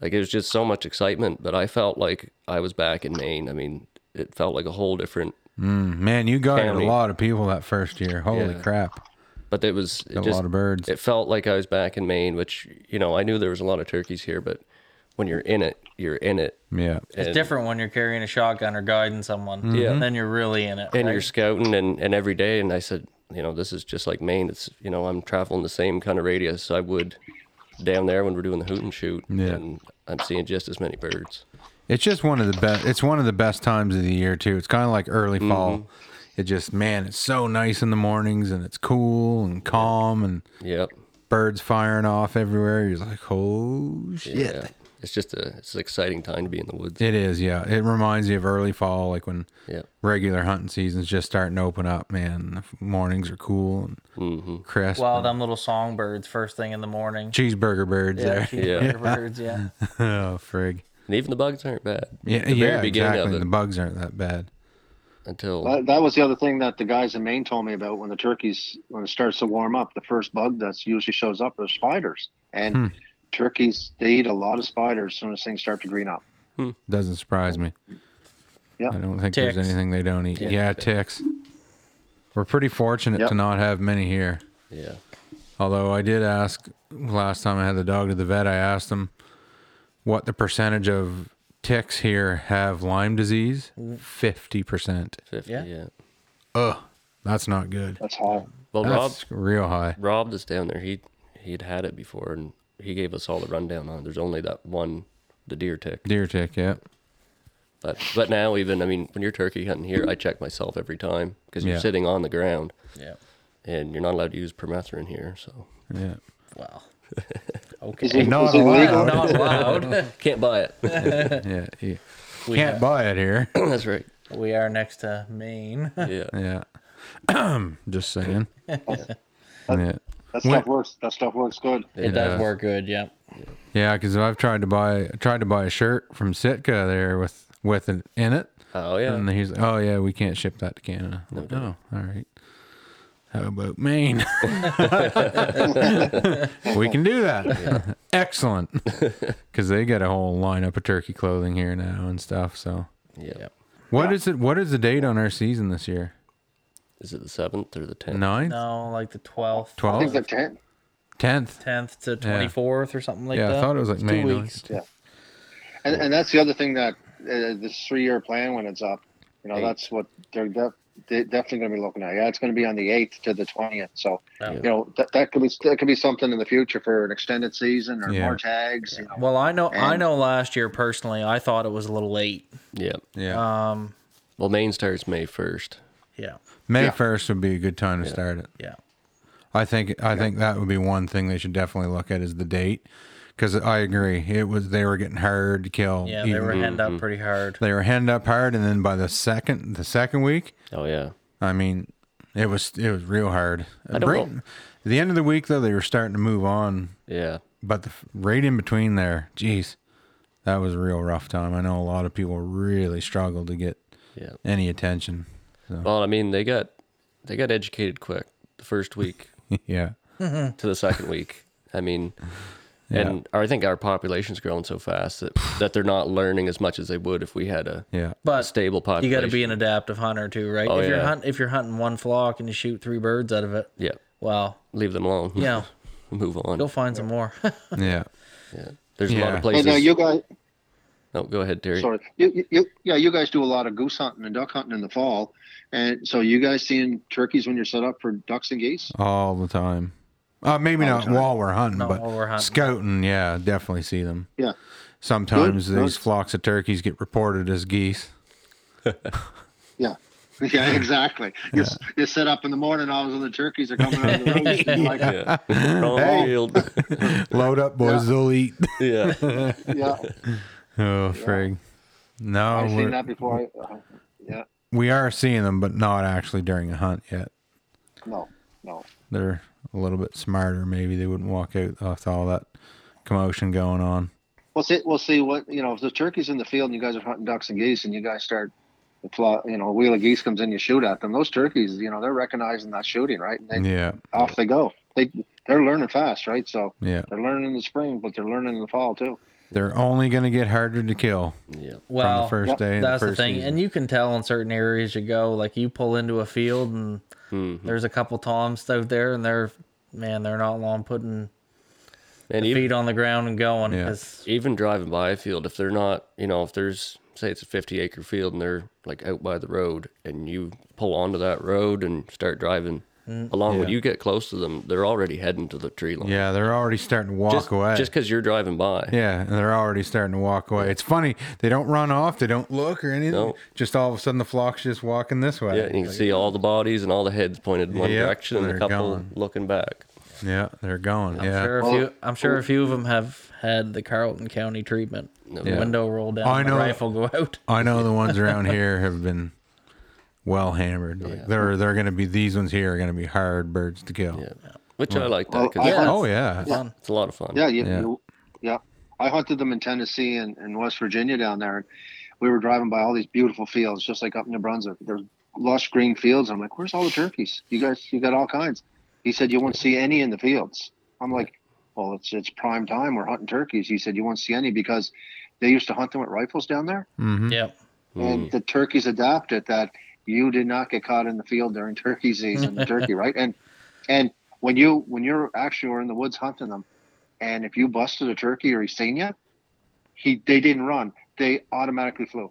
like it was just so much excitement. But I felt like I was back in Maine. I mean, it felt like a whole different.
Man, you guided
County.
a lot of people that first year. Holy
Yeah.
crap!
But it was it
A
just
lot of birds.
it felt like I was back in Maine, which you know I knew there was a lot of turkeys here, but when you're in it, you're in it,
yeah,
It's
And-
different when you're carrying a shotgun or guiding someone.
Yeah.
Then you're really in it.
and
right?
you're scouting and, and every day. And I said, you know, this is just like Maine. It's you know I'm traveling the same kind of radius I would down there when we're doing the hoot and shoot,
Yeah.
and I'm seeing just as many birds.
It's just one of the best. It's one of the best times of the year too. It's kind of like early
Mm-hmm.
fall. It just man, it's so nice in the mornings and it's cool and calm and
Yep.
birds firing off everywhere. You're like, oh shit!
Yeah. It's just a it's an exciting time to be in the woods.
It is. Yeah, it reminds you of early fall, like when
Yeah.
regular hunting season's just starting to open up. Man, the f- mornings are cool and
Mm-hmm.
crisp.
Wow,
and
them little songbirds first thing in the morning.
cheeseburger birds
Yeah, [LAUGHS]
there.
cheeseburger
Yeah.
birds,
[LAUGHS]
yeah.
[LAUGHS] oh frig.
And even the bugs aren't bad.
Yeah,
The very
yeah,
beginning of
exactly.
it.
The bugs aren't that bad.
Until
That, that was the other thing that the guys in Maine told me about when the turkeys when it starts to warm up. The first bug that's usually shows up are spiders, and
Hmm.
turkeys they eat a lot of spiders as soon as things start to green up.
Doesn't surprise me.
Yeah.
I don't think
Ticks.
there's anything they don't eat.
Yeah.
Yeah, ticks. We're pretty fortunate
Yep.
to not have many here.
yeah.
Although I did ask last time I had the dog to the vet, I asked them what the percentage of ticks here have Lyme disease. Fifty percent.
50,
Yeah.
yeah.
Ugh, that's not good.
That's how.
Well
That's real high.
Rob Rob that's down there, he he'd had it before and he gave us all the rundown on it. There's only that one the deer tick.
Deer tick. Yeah.
But but now even I mean when you're turkey hunting here, I check myself every time because you're
Yeah.
sitting on the ground
Yeah.
and you're not allowed to use permethrin here, so
Yeah.
Wow.
Is
Okay.
it,
Not
is it legal?
allowed.
[LAUGHS] Not
[LAUGHS]
allowed.
can't buy it. [LAUGHS]
Yeah. yeah.
We
Can't
have-
buy it here.
That's right.
we are next to Maine.
Yeah.
Yeah. [CLEARS THROAT] Just
[LAUGHS]
saying. yeah.
That stuff works. That stuff works good.
[LAUGHS] It does work good, yeah.
Yeah, because I've tried to buy tried to buy a shirt from Sitka there with with it in it,
Oh yeah.
and he's like, "Oh yeah, we can't ship that to Canada." I'm like, oh, all right. How about
[LAUGHS]
Maine? we can do that.
[LAUGHS]
Excellent, because they got a whole lineup of turkey clothing here now and stuff. So,
yeah.
what is it? What is the date on our season this year?
Is it the seventh or the tenth?
Ninth?
No, like the 12th.
I think the
12th?
ten.
10th?
10th to 24th or something like
Yeah, I
that.
thought it was, like,
It's
May
two
ninth.
weeks.
And, and that's the other thing that uh, this three-year plan when it's up, you know,
Eight.
that's what they're, def- they're definitely going to be looking at. Yeah, it's going to be on the eighth to the twentieth. So
Yeah.
you know that, that could be that could be something in the future for an extended season or
Yeah.
more tags. You know.
Well, I know, I
And-
know. Last year, personally, I thought it was a little late.
Yeah.
Yeah.
Um,
Well, Maine starts May first.
yeah,
May
yeah.
1st would be a good time to start it.
yeah,
I think I think that would be one thing they should definitely look at is the date, because I agree it was they were getting hard to kill.
yeah. They
even-
were hand up pretty hard.
Mm-hmm. they were hand up hard, and then by the second the second week,
Oh yeah.
I mean, it was it was real hard.
don't
Bring-
know.
At the end of the week though, they were starting to move on,
Yeah.
but the f- right in between there, geez, that was a real rough time. I know a lot of people really struggled to get
Yeah.
any attention. [LAUGHS] So
Well, I mean, they got they got educated quick the first
[LAUGHS]
week
yeah,
to the second week. I mean, and I think our population's growing so fast that that they're not learning as much as they would if we had a
yeah,
But
stable
you
population.
got to be an adaptive hunter too, right?
Oh,
if you're
yeah.
hunt, if you're hunting one flock and you shoot three birds out of it,
yeah.
well,
Leave them alone.
[LAUGHS]
yeah,
[LAUGHS] Move on.
go find some more. [LAUGHS]
yeah,
There's a lot
Yeah.
of
Hey,
places.
now uh, you guys,
no, go ahead, Terry.
sorry, you, you, you, yeah, you guys do a lot of goose hunting and duck hunting in the fall, and so you guys seeing turkeys when you're set up for ducks and geese.
all the time. Uh, maybe
All the
not
time.
while we're hunting,
Not
but
while we're hunting.
scouting. Yeah, definitely see them.
Yeah,
Sometimes
Good,
these
good.
flocks of turkeys get reported as
[LAUGHS]
geese.
yeah. [LAUGHS]
[LAUGHS]
Yeah, exactly. You're, s you're set up in the morning, all of a sudden the turkeys are coming out of the roost. and you're
[LAUGHS]
like,
Yeah. Wrong
Hey.
field. [LAUGHS]
Load up, boys. They'll
[LAUGHS]
eat.
yeah.
yeah,
Oh, frig. No,
I've seen
we're,
that before. I, uh, yeah,
we are seeing them, but not actually during a hunt yet.
no, no.
They're a little bit smarter. Maybe they wouldn't walk out with all that commotion going on.
We'll see. We'll see what you know. If the turkeys in the field and you guys are hunting ducks and geese, and you guys start, the fly, you know, a wheel of geese comes in, you shoot at them. Those turkeys, you know, they're recognizing that shooting, right? And they,
Yeah,
off they go. They they're learning fast, right? So
yeah.
they're learning in the spring, but they're learning in the fall too.
They're only going to get harder to kill
Yeah.
from
well,
the first
yep,
day. and
that's
the,
the,
first
thing,
season.
and you can tell in certain areas you go. Like you pull into a field and
Mhm.
there's a couple toms out there, and they're man, they're not long putting
And even,
feet on the ground and going
Yeah.
'cause-
even driving by a field, if they're not, you know, if there's say it's a 50 acre field and they're like out by the road and you pull onto that road and start driving
Mm.
along, when
Yeah.
you get close to them, they're already heading to the tree line.
yeah, they're already starting to walk
Just
away.
because you're driving by.
Yeah, and they're already starting to walk away. It's funny. They don't run off. They don't look or anything.
No.
Just all of a sudden, the flock's just walking this way.
Yeah, and you can see all the bodies and all the heads pointed in one
Yeah,
direction and
they're
a couple
gone.
looking back.
Yeah, they're going.
I'm
yeah.
sure a
Well-
few. I'm sure a few of them have had the Carlton County treatment. The
Yeah.
window roll down,
I
the
know.
rifle go out.
I know the ones around here have been well hammered. Like they're they're going to be these ones here are going to be hard birds to kill.
Yeah. Which I like
Well,
that because
I-
Yeah.
Oh yeah.
Fun.
it's a lot of fun.
Yeah, you,
Yeah.
yeah. You, yeah. I hunted them in Tennessee and, and West Virginia down there. And we were driving by all these beautiful fields, just like up in New Brunswick. There's lush green fields. I'm like, where's all the turkeys? You guys, you got all kinds. He said, you won't see any in the fields. I'm like, well, it's it's prime time. We're hunting turkeys. He said, you won't see any because they used to hunt them with rifles down there,
hmm
Yep.
Mm,
and the turkeys adapted that. You did not get caught in the field during [LAUGHS] turkey season, in turkey, right? And and when you when you're actually were in the woods hunting them, and if you busted a turkey or he seen you, he they didn't run. They automatically flew.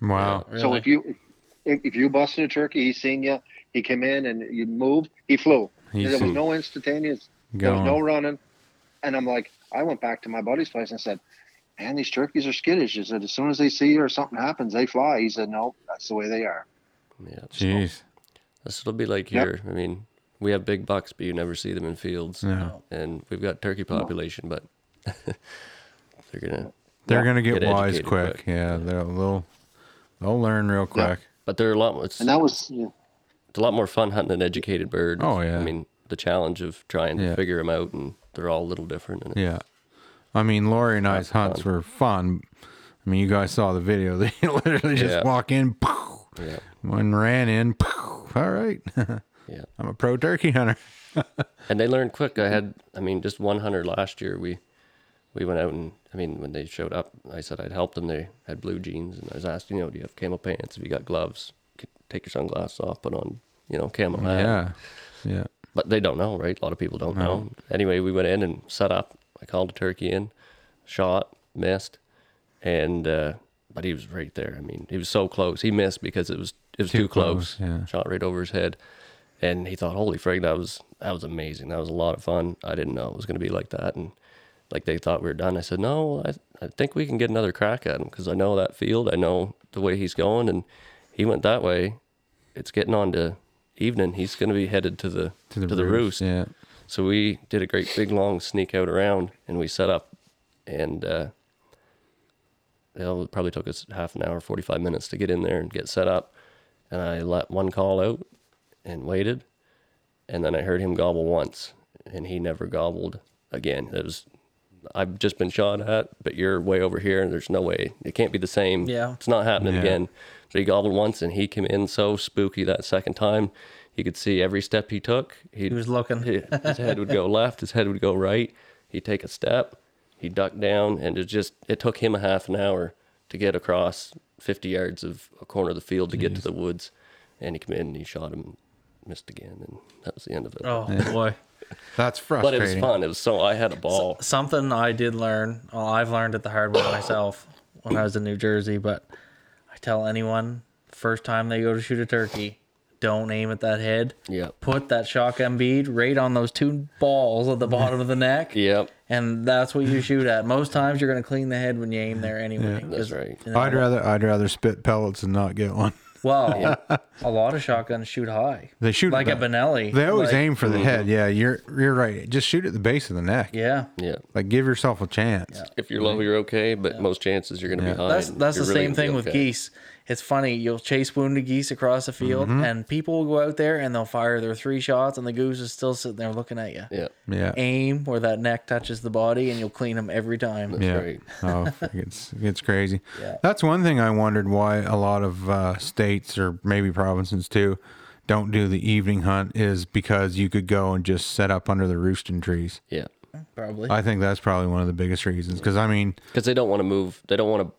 Wow.
Really.
So if you if, if you busted a turkey, he seen you, he came in and you moved, he flew.
He's
there was no instantaneous. There was
going.
no running. And I'm like, I went back to my buddy's place and said, Man, these turkeys are skittish. He said, As soon as they see you or something happens, they fly. He said, No, that's the way they are.
Yeah. so
Jeez.
This will be like
Yep.
here. I mean, we have big bucks, but you never see them in fields.
No.
And we've got turkey population, but [LAUGHS] they're gonna
They're going to get,
Get
wise
educated
quick.
quick.
Yeah, they'll they'll they'll learn real quick.
but they're a lot it's,
And that was yeah,
it's a lot more fun hunting an educated bird.
Oh, yeah.
I mean, the challenge of trying to
Yeah.
figure them out and they're all a little different and
Yeah. I mean, Lori and I's hunts were fun. I mean, you guys saw the video. [LAUGHS] They literally just
Yeah.
walk in, pow,
yeah.
one ran in. Pow, all right, [LAUGHS]
Yeah.
I'm a pro turkey hunter.
And they learn quick. I had, I mean, just one hunter last year. We we went out and, I mean, when they showed up, I said I'd help them. They had blue jeans, and I was asking, you know, do you have camel pants? Have you got gloves? C- Take your sunglasses off, put on you know, camel hat.
Yeah. Yeah.
But they don't know, right? A lot of people don't know. Anyway, we went in and set up. I called a turkey in, shot, missed, and uh, but he was right there. I mean, he was so close. He missed because it was it was too, close.
close, yeah.
Shot right over his head, and he thought, "Holy frig, that was that was amazing. That was a lot of fun. I didn't know it was going to be like that." And like they thought we were done. I said, "No, I I think we can get another crack at him because I know that field. I know the way he's going, and he went that way. It's getting on to evening. He's going to be headed to the to the, roost.
Yeah.
So we did a great big long sneak out around and we set up and uh it probably took us half an hour, 45 minutes to get in there and get set up. And I let one call out and waited. And then I heard him gobble once and he never gobbled again. It was, I've just been shot at, but you're way over here and there's no way. It can't be the same.
Yeah.
It's not happening
Yeah.
again. So he gobbled once and he came in so spooky that second time. You could see every step he took. He
He was looking.
his his head would go [LAUGHS] left, his head would go right. He'd take a step, he'd duck down, and it just it took him a half an hour to get across 50 yards of a corner of the field to get to the woods. And he came in and he shot him, missed again, and that was the end of it.
Oh boy.
That's
but it
frustrating.
was fun. It was so I had a ball.
something I did learn. Well, I've learned it the hard way [COUGHS] myself when I was in New Jersey, but I tell anyone first time they go to shoot a turkey, don't aim at that head.
Yeah.
Put that shotgun bead right on those two balls at the bottom of the
[LAUGHS]
neck.
Yep.
And that's what you shoot at. Most times you're going to clean the head when you aim there anyway.
That's
'cause-
right.
I'd rather I'd rather spit pellets and not get one. [LAUGHS]
Well, a lot of shotguns shoot high.
They shoot
like
at
a
the-
Benelli.
They always
Like-
aim for the head. Yeah, you're you're right. Just shoot at the base of the neck.
Yeah.
Yeah.
Like give yourself a chance.
If you're low, you're okay, but most chances you're going to be high.
That's
and
that's the
you're really
same
gonna be
thing with
okay.
geese. It's funny. You'll chase wounded geese across the field,
Mm-hmm.
and people will go out there and they'll fire their three shots, and the goose is still sitting there looking at you.
Yeah.
Yeah.
Aim where that neck touches the body, and you'll clean them every time.
yeah.
right.
oh, frick, it's it's crazy.
Yeah.
That's one thing I wondered why a lot of uh, states or maybe provinces too don't do the evening hunt is because you could go and just set up under the roosting trees.
Yeah.
Probably.
I think that's probably one of the biggest reasons. Because I mean,
Because they don't want to move. They don't want to.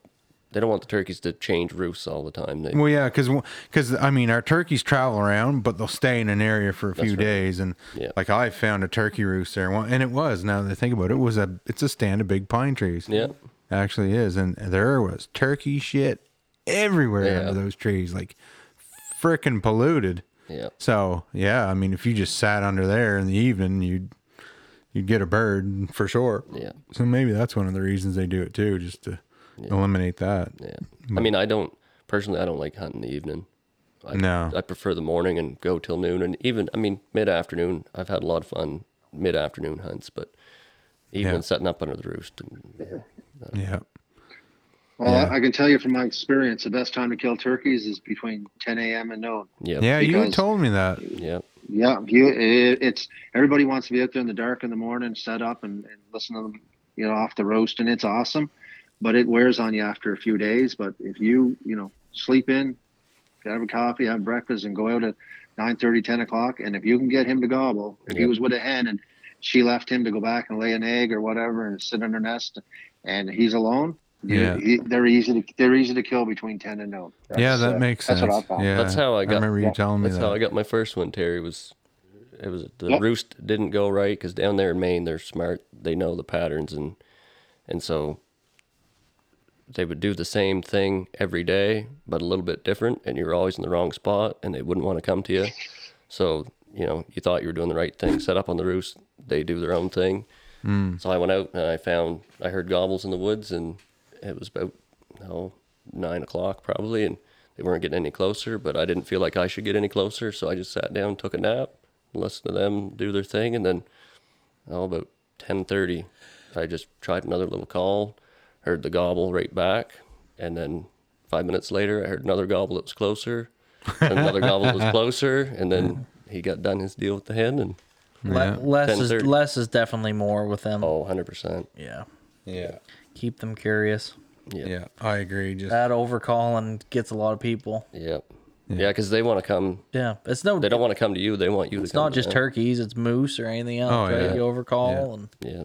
They don't want the turkeys to change roofs all the time. They,
Well, yeah, because I mean, our turkeys travel around, but they'll stay in an area for a few days, and
Yeah.
like I found a turkey roost there, one- and it was. Now that I think about it, it was a it's a stand of big pine trees.
Yeah.
actually is, and there was turkey shit everywhere
Yeah.
under those trees, like frickin' polluted.
yeah.
So yeah, I mean, if you just sat under there in the evening, you'd you'd get a bird for sure.
Yeah.
So maybe that's one of the reasons they do it too, just to eliminate that.
Yeah. I mean, I don't personally. I don't like hunting in the evening. I,
No.
I prefer the morning and go till noon, and even I mean mid afternoon. I've had a lot of fun mid afternoon hunts, but even
Yeah.
setting up under the roost. And,
Yeah.
Well, I, I can tell you from my experience, the best time to kill turkeys is between 10 a.m. and noon.
yeah.
Yeah, you had
Because-
told me that.
Yeah.
Yeah, you, it, it's everybody wants to be out there in the dark in the morning, set up and, and listen to them, you know, off the roast, and it's awesome. But it wears on you after a few days. But if you, you know, sleep in, have a coffee, have breakfast, and go out at 9 10 o'clock, and if you can get him to gobble, if he
Yep.
was with a hen and she left him to go back and lay an egg or whatever and sit in her nest, and he's alone. you-
Yeah.
he- they're easy to they're easy to kill between ten and noon.
yeah,
That's,
that
uh,
makes sense.
that's what I found.
Yeah,
That's how I got-
remember you
yeah,
telling me
That's how I
that.
got my first one. Terry was. It was the
Yep.
roost didn't go right because down there in Maine they're smart. They know the patterns and and so they would do the same thing every day, but a little bit different, and you were always in the wrong spot, and they wouldn't want to come to you. So you know, you thought you were doing the right thing, set up on the roost. They do their own thing. So I went out and I found I heard gobbles in the woods, and it was about no nine o'clock probably, and they weren't getting any closer. But I didn't feel like I should get any closer, so I just sat down, took a nap, listened to them do their thing, and then oh, about ten thirty, I just tried another little call, heard the gobble right back, and then five minutes later, I heard another gobble that was closer, and another gobble that was closer, and then he got done his deal with the hen, and
Le- less is
10:30.
less is definitely more with them.
oh, 100 percent,
Yeah.
Yeah,
Keep them curious.
yeah, I agree. Just
That overcalling gets a lot of people.
yep, yeah, because they want to come.
Yeah. It's no.
They don't want to come to you. They want you to.
it's not just turkeys. It's moose or anything else.
Oh,
right?
yeah.
You overcall
Yeah.
and.
Yeah,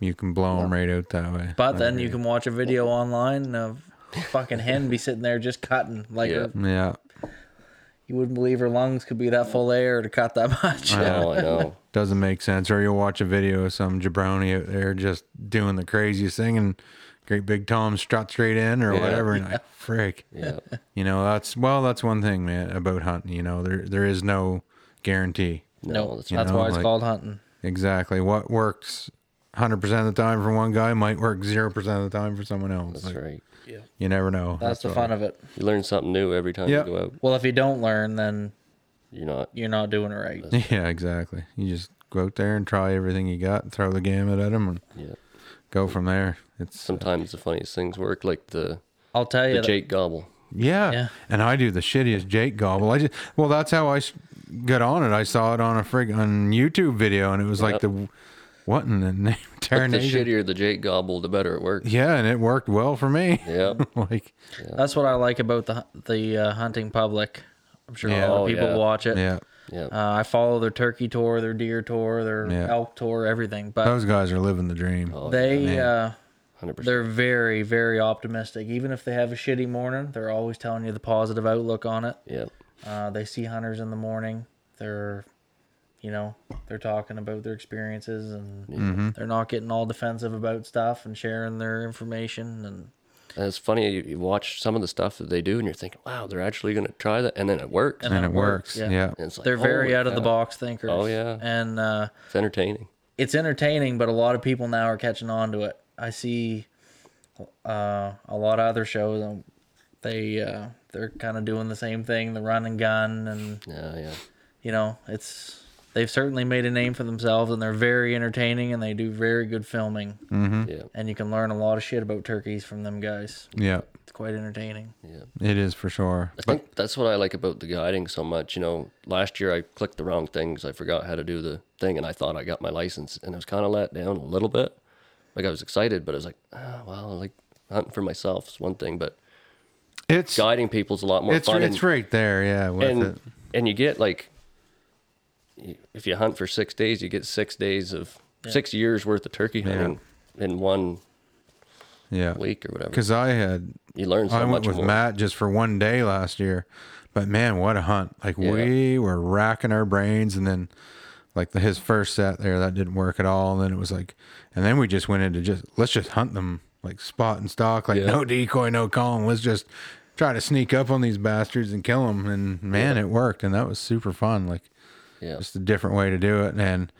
you can blow them right out that way.
But then you can watch a video online of fucking hen be sitting there just cutting like
Yeah.
her-
yeah,
You wouldn't believe her lungs could be that full of air to cut that [LAUGHS] much.
Oh, I know.
Doesn't make sense. Or you'll watch a video of some jabroni out there just doing the craziest thing and great big Tom strut straight in or
Yeah.
whatever. And like, frick.
[LAUGHS]
Yeah.
You know, that's, well, that's one thing, man, about hunting. You know, there there is no guarantee.
no,
No,
that's,
that's right.
know,
why it's
like-
called hunting.
Exactly. What works 100% of the time for one guy might work 0% of the time for someone else.
That's
Like,
right.
You never know.
That's, the
what-
fun of it.
You learn something new every time
Yeah.
you go out.
Well, if you don't learn, then
You're not.
you're not doing it
[LAUGHS]
right.
Yeah, exactly. You just go out there and try everything you got, throw the gamut at them, and
Yeah.
go from there. It's
Sometimes the funniest things work, like the
I'll tell you.
the
that-
Jake Gobble.
yeah.
Yeah.
And I do the shittiest Jake gobble. I just well, that's how I s- got on it. I saw it on a frig on YouTube video, and it was like the what in the [LAUGHS] name
But the
Terranation.
shittier the Jake Gobble, the better
[LAUGHS]
it works.
Yeah, and it worked well for me.
Yeah.
[LAUGHS] like
That's what I like about the the uh, hunting public. I'm sure
Yeah.
a lot
Oh,
of people
yeah.
watch it.
yeah,
Yeah.
Uh, I follow their turkey tour, their deer tour, their
Yeah. Oh,
elk tour, everything. But
those guys are living the dream.
Oh,
they uh,
100%.
they're very very optimistic. Even if they have a shitty morning, they're always telling you the positive outlook on it.
Yeah.
Uh, they see hunters in the morning. They're you know they're talking about their experiences and they're not getting all defensive about stuff and sharing their information and
And it's funny, you, you watch some of the stuff that they do and you're thinking, wow, they're actually going to try that. And then it works.
and it works.
yeah.
yeah.
And it's like,
they're very
holy
out of the
cow,
box thinkers.
Oh, yeah.
and uh,
It's entertaining.
it's entertaining, but a lot of people now are catching on to it. I see uh, a lot of other shows, and they uh, they're kind of doing the same thing, the run and gun, and
Yeah. Yeah.
you know, it's they've certainly made a name for themselves, and they're very entertaining, and they do very good filming,
Yeah.
and you can learn a lot of shit about turkeys from them guys.
Yeah,
It's quite entertaining.
it is for sure.
I think that's what I like about the guiding so much. You know, last year I clicked the wrong things. I forgot how to do the thing, and I thought I got my license, and I was kind of let down a little bit. Like I was excited, but I was like, oh, well, like hunting for myself is one thing, but
It's
guiding people's a lot more
it's
fun.
it's
and,
right there. Yeah, with it.
and, and you get like, you- if you hunt for six days, you get six days of six years worth of turkey hunting in one
yeah.
week or whatever.
Because I had
You learn so
I
much
went with
more.
Matt just for one day last year, but man, what a hunt! Like we were racking our brains, and then like the, his first set there that didn't work at all, and then it was like, and then we just went into just let's just hunt them like spot and stock, like no decoy, no calling. Let's just try to sneak up on these bastards and kill them. And man, it worked, and that was super fun. Like
Yeah.
just a different way to do it, and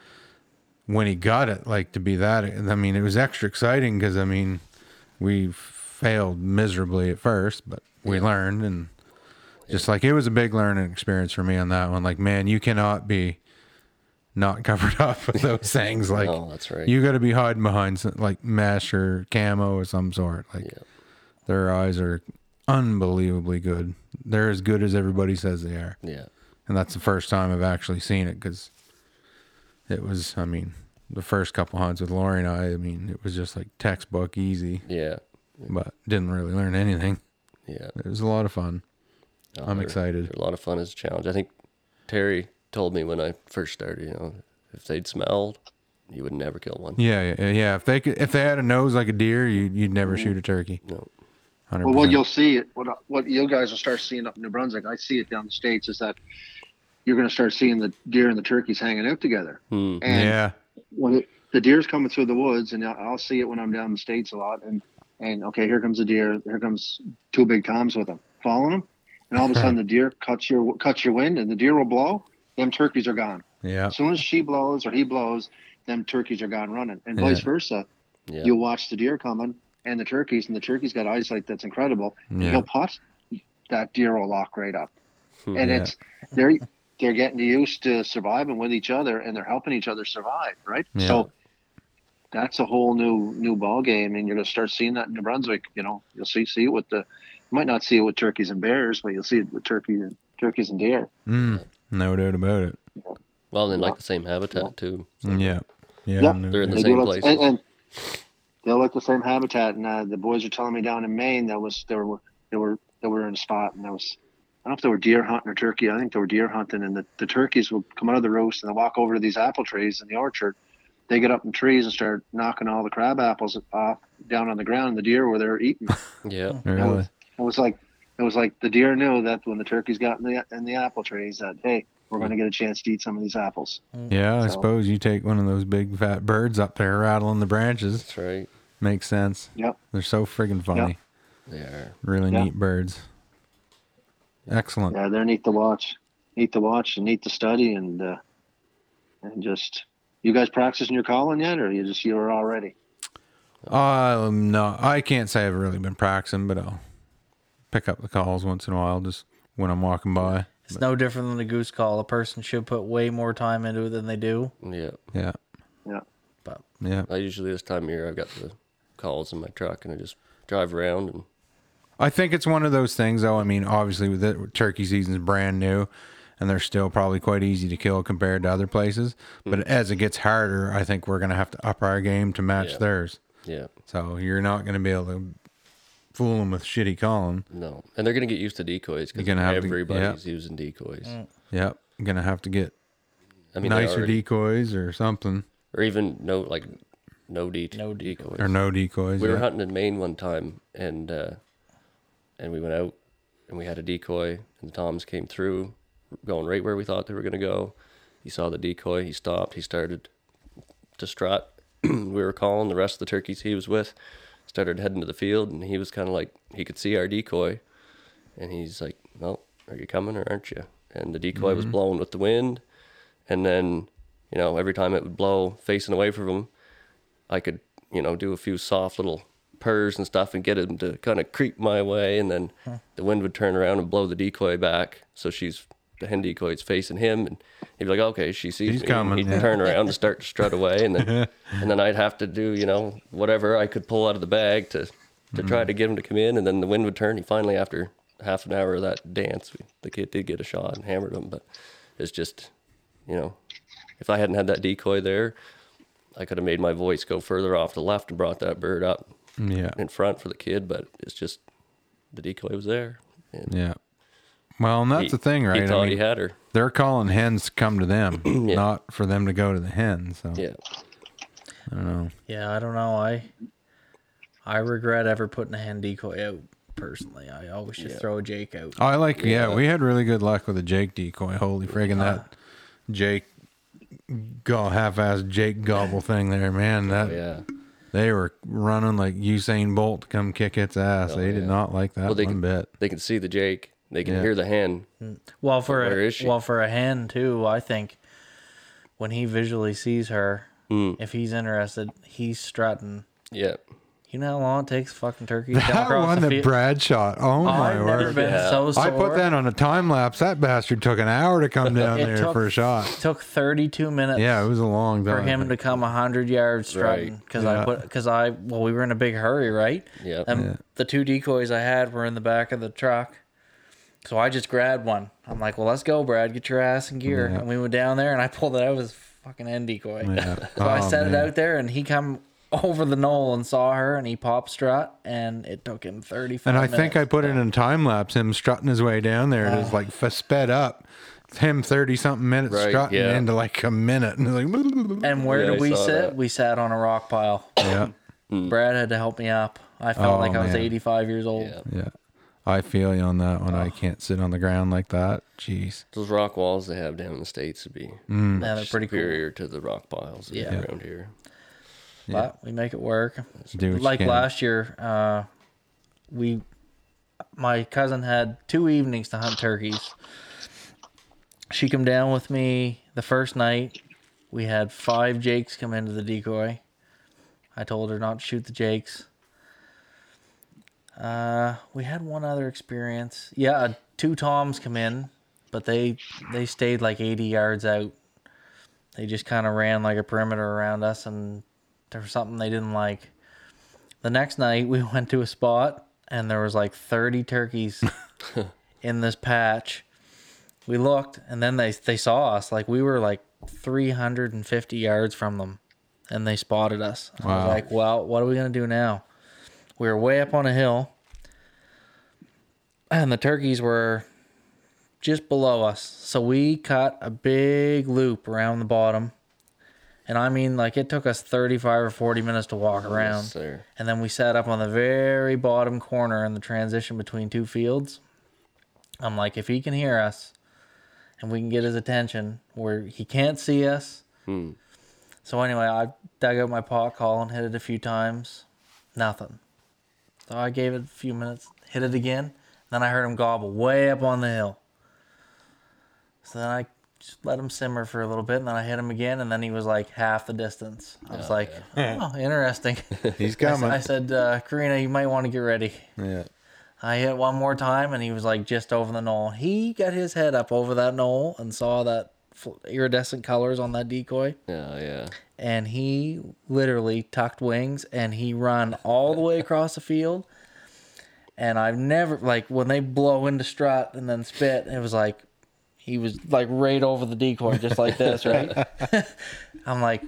when he got it, like to be that, I mean, it was extra exciting because I mean, we failed miserably at first, but we learned and just like it was a big learning experience for me on that one. Like, man, you cannot be not [LAUGHS] covered up with those things. Like,
Oh, that's right.
you got to be hiding behind some, like mesh or camo or some sort. Like, their eyes are unbelievably good. They're as good as everybody says they are
yeah.
and that's the first time I've actually seen it because it was, I mean, the first couple hunts with Lori and I, I mean, it was just like textbook easy,
Yeah.
but didn't really learn anything.
Yeah. Oh,
It was a lot of fun.
No,
I'm
they're-
excited.
they're a lot of fun as a challenge. I think Terry told me when I first started, you know, if they'd smelled, you would never kill one.
Yeah, yeah, yeah. If they could, if they had a nose like a deer, you, you'd never shoot a turkey.
No.
100%.
Mm-hmm. Well, what you'll see, what what you guys will start seeing up in New Brunswick, I see it down the states, is that you're going to start seeing the deer and the turkeys hanging out together.
Hmm.
And
yeah,
when it, the deer's coming through the woods, and I'll I'll see it when I'm down in the states a lot. And and okay, here comes a deer. Here comes two big toms with them, following them. And all of a sudden, the deer cuts your cuts your wind, and the deer will blow. Them turkeys are gone.
yeah,
As soon as she blows or he blows, them turkeys are gone running, and vice
Yeah.
versa.
Yeah.
You'll watch the deer coming and the turkeys, and the turkey's got eyesight that's incredible.
Yeah.
He'll putt, that deer will lock right up,
Hmm.
and
Yeah.
it's they're they're getting used to surviving with each other, and they're helping each other survive, right?
Yeah.
So that's a whole new new ball game, and you're gonna start seeing that in New Brunswick. You know, you'll see see it with the you might not see it with turkeys and bears, but you'll see it with turkey and turkeys and deer.
mm, no doubt about it.
Well, they like the same habitat too. So
Yeah, yeah,
Mm-hmm. Yep.
no
They're in
doubt.
the
They
same
do like-
places.
And, and they like the same habitat. And uh, the boys are telling me down in Maine that was they were they were they were in a spot, and that was I don't know if they were deer hunting or turkey. I think they were deer hunting, and the, the turkeys would come out of the roost and they walk over to these apple trees in the orchard. They get up in trees and start knocking all
[LAUGHS]
the crab apples off down on the ground. And the deer were there eating.
Yeah.
And I
really.
was- I was like, It was like the deer knew that when the turkeys got in the in the apple tree, he said, "Hey, we're going to get a chance to eat some of these apples."
Yeah, I
So-
suppose you take one of those big fat birds up there rattling the branches.
That's right.
Makes sense.
Yep.
They're so friggin' funny.
They
Yep.
are.
Really
Yeah.
neat birds. Excellent.
Yeah, they're neat to watch, neat to watch, and neat to study, and uh, and just you guys practicing your calling yet, or you just you were already?
Um, no, I can't say I've really been practicing, but I'll pick up the calls once in a while, just when I'm walking by.
It's no different than the goose call. A person should put way more time into it than they do.
Yeah.
Yeah,
Yeah,
But
yeah.
I usually this time of year I've got the calls in my truck and I just drive around and
I think it's one of those things, though. I mean, obviously, with it, turkey season's brand new, and they're still probably quite easy to kill compared to other places.
Hmm.
But as it gets harder, I think we're gonna have to up our game to match
Yeah.
theirs.
yeah,
So you're not gonna be able to fool them with shitty calling.
no. And they're gonna get used to decoys because
You're gonna have to-
everybody's using decoys.
Yep, you're gonna have to get
I mean, they
nicer
already-
decoys or something,
or even no like no de-
No
decoys.
or no decoys.
we were
yeah.
hunting in Maine one time, and uh, and we went out, and we had a decoy, and the toms came through, going right where we thought they were gonna go. He saw the decoy, he stopped, he started to strut. [CLEARS THROAT] we were calling the rest of the turkeys he was with, started heading to the field, and he was kind of like he could see our decoy, and he's like, "Well, are you coming or aren't you?" And the decoy was blowing with the wind, and then you know every time it would blow facing away from him, I could, you know, do a few soft little purrs and stuff and get him to kind of creep my way. And then the wind would turn around and blow the decoy back. So she's, the hen decoy's facing him. And he'd be like, okay, she sees
He's
me.
coming,
he'd
yeah.
turn around and start to strut away.
[LAUGHS]
And then, and then I'd have to do, you know, whatever I could pull out of the bag to, to
Mm.
try to get him to come in. And then the wind would turn. He finally, after half an hour of that dance, we, the kid did get a shot and hammered him. But it's just, you know, if I hadn't had that decoy there, I could have made my voice go further off to the left and brought that bird up
Yeah.
in front for the kid, but it's just the decoy was there. And
Yeah. Well, and that's
he-
the thing, right?
He
I
thought
mean,
he had her.
they're calling hens to come to
[CLEARS THROAT]
them, not for them to go to the hen. So
Yeah.
I don't know.
yeah, I don't know. I I regret ever putting a hen decoy out personally. I always just throw a Jake out.
Oh, I like, yeah. we had really good luck with a Jake decoy. Holy friggin'
Uh-huh.
that Jake go half-assed Jake
[LAUGHS]
gobble thing there, man. That
Oh, Yeah.
they were running like Usain Bolt to come kick its ass. they did
Oh, yeah.
not like that
Well, they
one
could-
bit.
They can see the Jake. They can
Yeah.
hear the hen.
Well, for
Where
a,
is she?
well for a hen too, I think when he visually sees her,
Hmm.
if he's interested, he's strutting.
Yeah.
You know how long it takes fucking turkeys to
[LAUGHS]
come
That
across
one
the
that
field.
Brad shot. Oh my
I've never
word!
been
Yeah.
so sore.
I put that on a time lapse. That bastard took an hour to
[LAUGHS]
come down
It
there
took-
for a shot.
took 32 minutes.
Yeah, it was a long time.
for him to come 100 yards strutting
Right.
because
Yeah.
I put because I well we were in a big hurry right
Yep.
and the two decoys I had were in the back of the truck so I just grabbed one I'm like well let's go Brad get your ass in gear and we went down there and I pulled it out as fucking end decoy
Yeah.
[LAUGHS] so I
Oh,
set
man.
it out there and he come over the knoll and saw her and he popped strut and it took him 35
And I
minutes. Ah.
think I put it in time lapse, him strutting his way down there. and It was like f- sped up. It's him 30 something minutes
Right,
strutting
yeah.
into like a minute. And it's like, [LAUGHS]
and where
Yeah, I
did we
saw
sit
that. Mm.
we sat on a rock pile
yeah,
Brad had to help me up I
Oh,
felt like I was
man.
85 years old
Yeah.
yeah. I feel you on that one.
Ah.
I can't sit on the ground like that. Jeez.
Those rock walls they have down in the States would be
Mm.
yeah they're pretty cool
superior to the rock piles that
Yeah.
are around here.
but we make it work.
Do what you
like
can.
last year, uh, we my cousin had two evenings to hunt turkeys. She come down with me the first night. We had five jakes come into the decoy. I told her not to shoot the jakes. Uh, we had one other experience. Yeah, uh, two toms come in, but they they stayed like 80 yards out. They just kind of ran like a perimeter around us, and there was something they didn't like. The next night, [LAUGHS] we went to a spot, and there was like 30 turkeys in this patch. We looked, and then they they saw us. Like we were like 350 yards from them, and they spotted us. I was
Wow.
like, "Well, what are we gonna do now?" We were way up on a hill, and the turkeys were just below us. So we cut a big loop around the bottom And I mean, like, it took us 35 or 40 minutes to walk around.
Yes, sir.
And then we sat up on the very bottom corner in the transition between two fields. I'm like, if he can hear us and we can get his attention where he can't see us. So anyway, I dug out my pot call and hit it a few times. Nothing. So I gave it a few minutes, hit it again. Then I heard him gobble way up on the hill. So then I just let him simmer for a little bit and then I hit him again and then he was like half the distance. I was like, oh, interesting.
He's
I s-
coming.
I said, uh, Karina, you might want to get ready.
yeah.
I hit one more time, and he was like just over the knoll. He got his head up over that knoll and saw that fl- iridescent colors on that decoy,
Yeah, yeah.
and he literally tucked wings and he run all the way across the field. And I've never like when they blow into strut and then spit, it was like he was like right over the decoy, just like this, right? [LAUGHS] I'm like,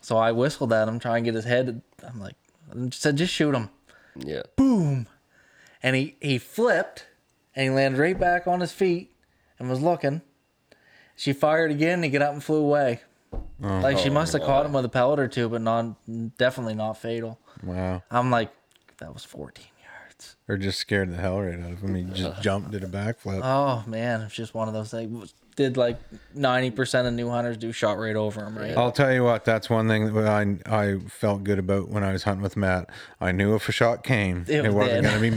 so I whistled at him, trying to get his head. I'm like, I said, just shoot him
Yeah.
and he he flipped and he landed right back on his feet and was looking. She fired again and he got up and flew away.
Oh.
like
Oh,
she must have caught him with a pellet or two, but not definitely not fatal.
Wow.
I'm like, that was 14 yards.
Or just scared the hell right out of him. He just jumped, did a backflip.
Oh man, it's just one of those things. Did like 90% of new hunters do shot right over him, right?
I'll tell you what, that's one thing that I I felt good about when I was hunting with Matt. I knew if a shot came,
It
it,
was
wasn't
dead.
going to be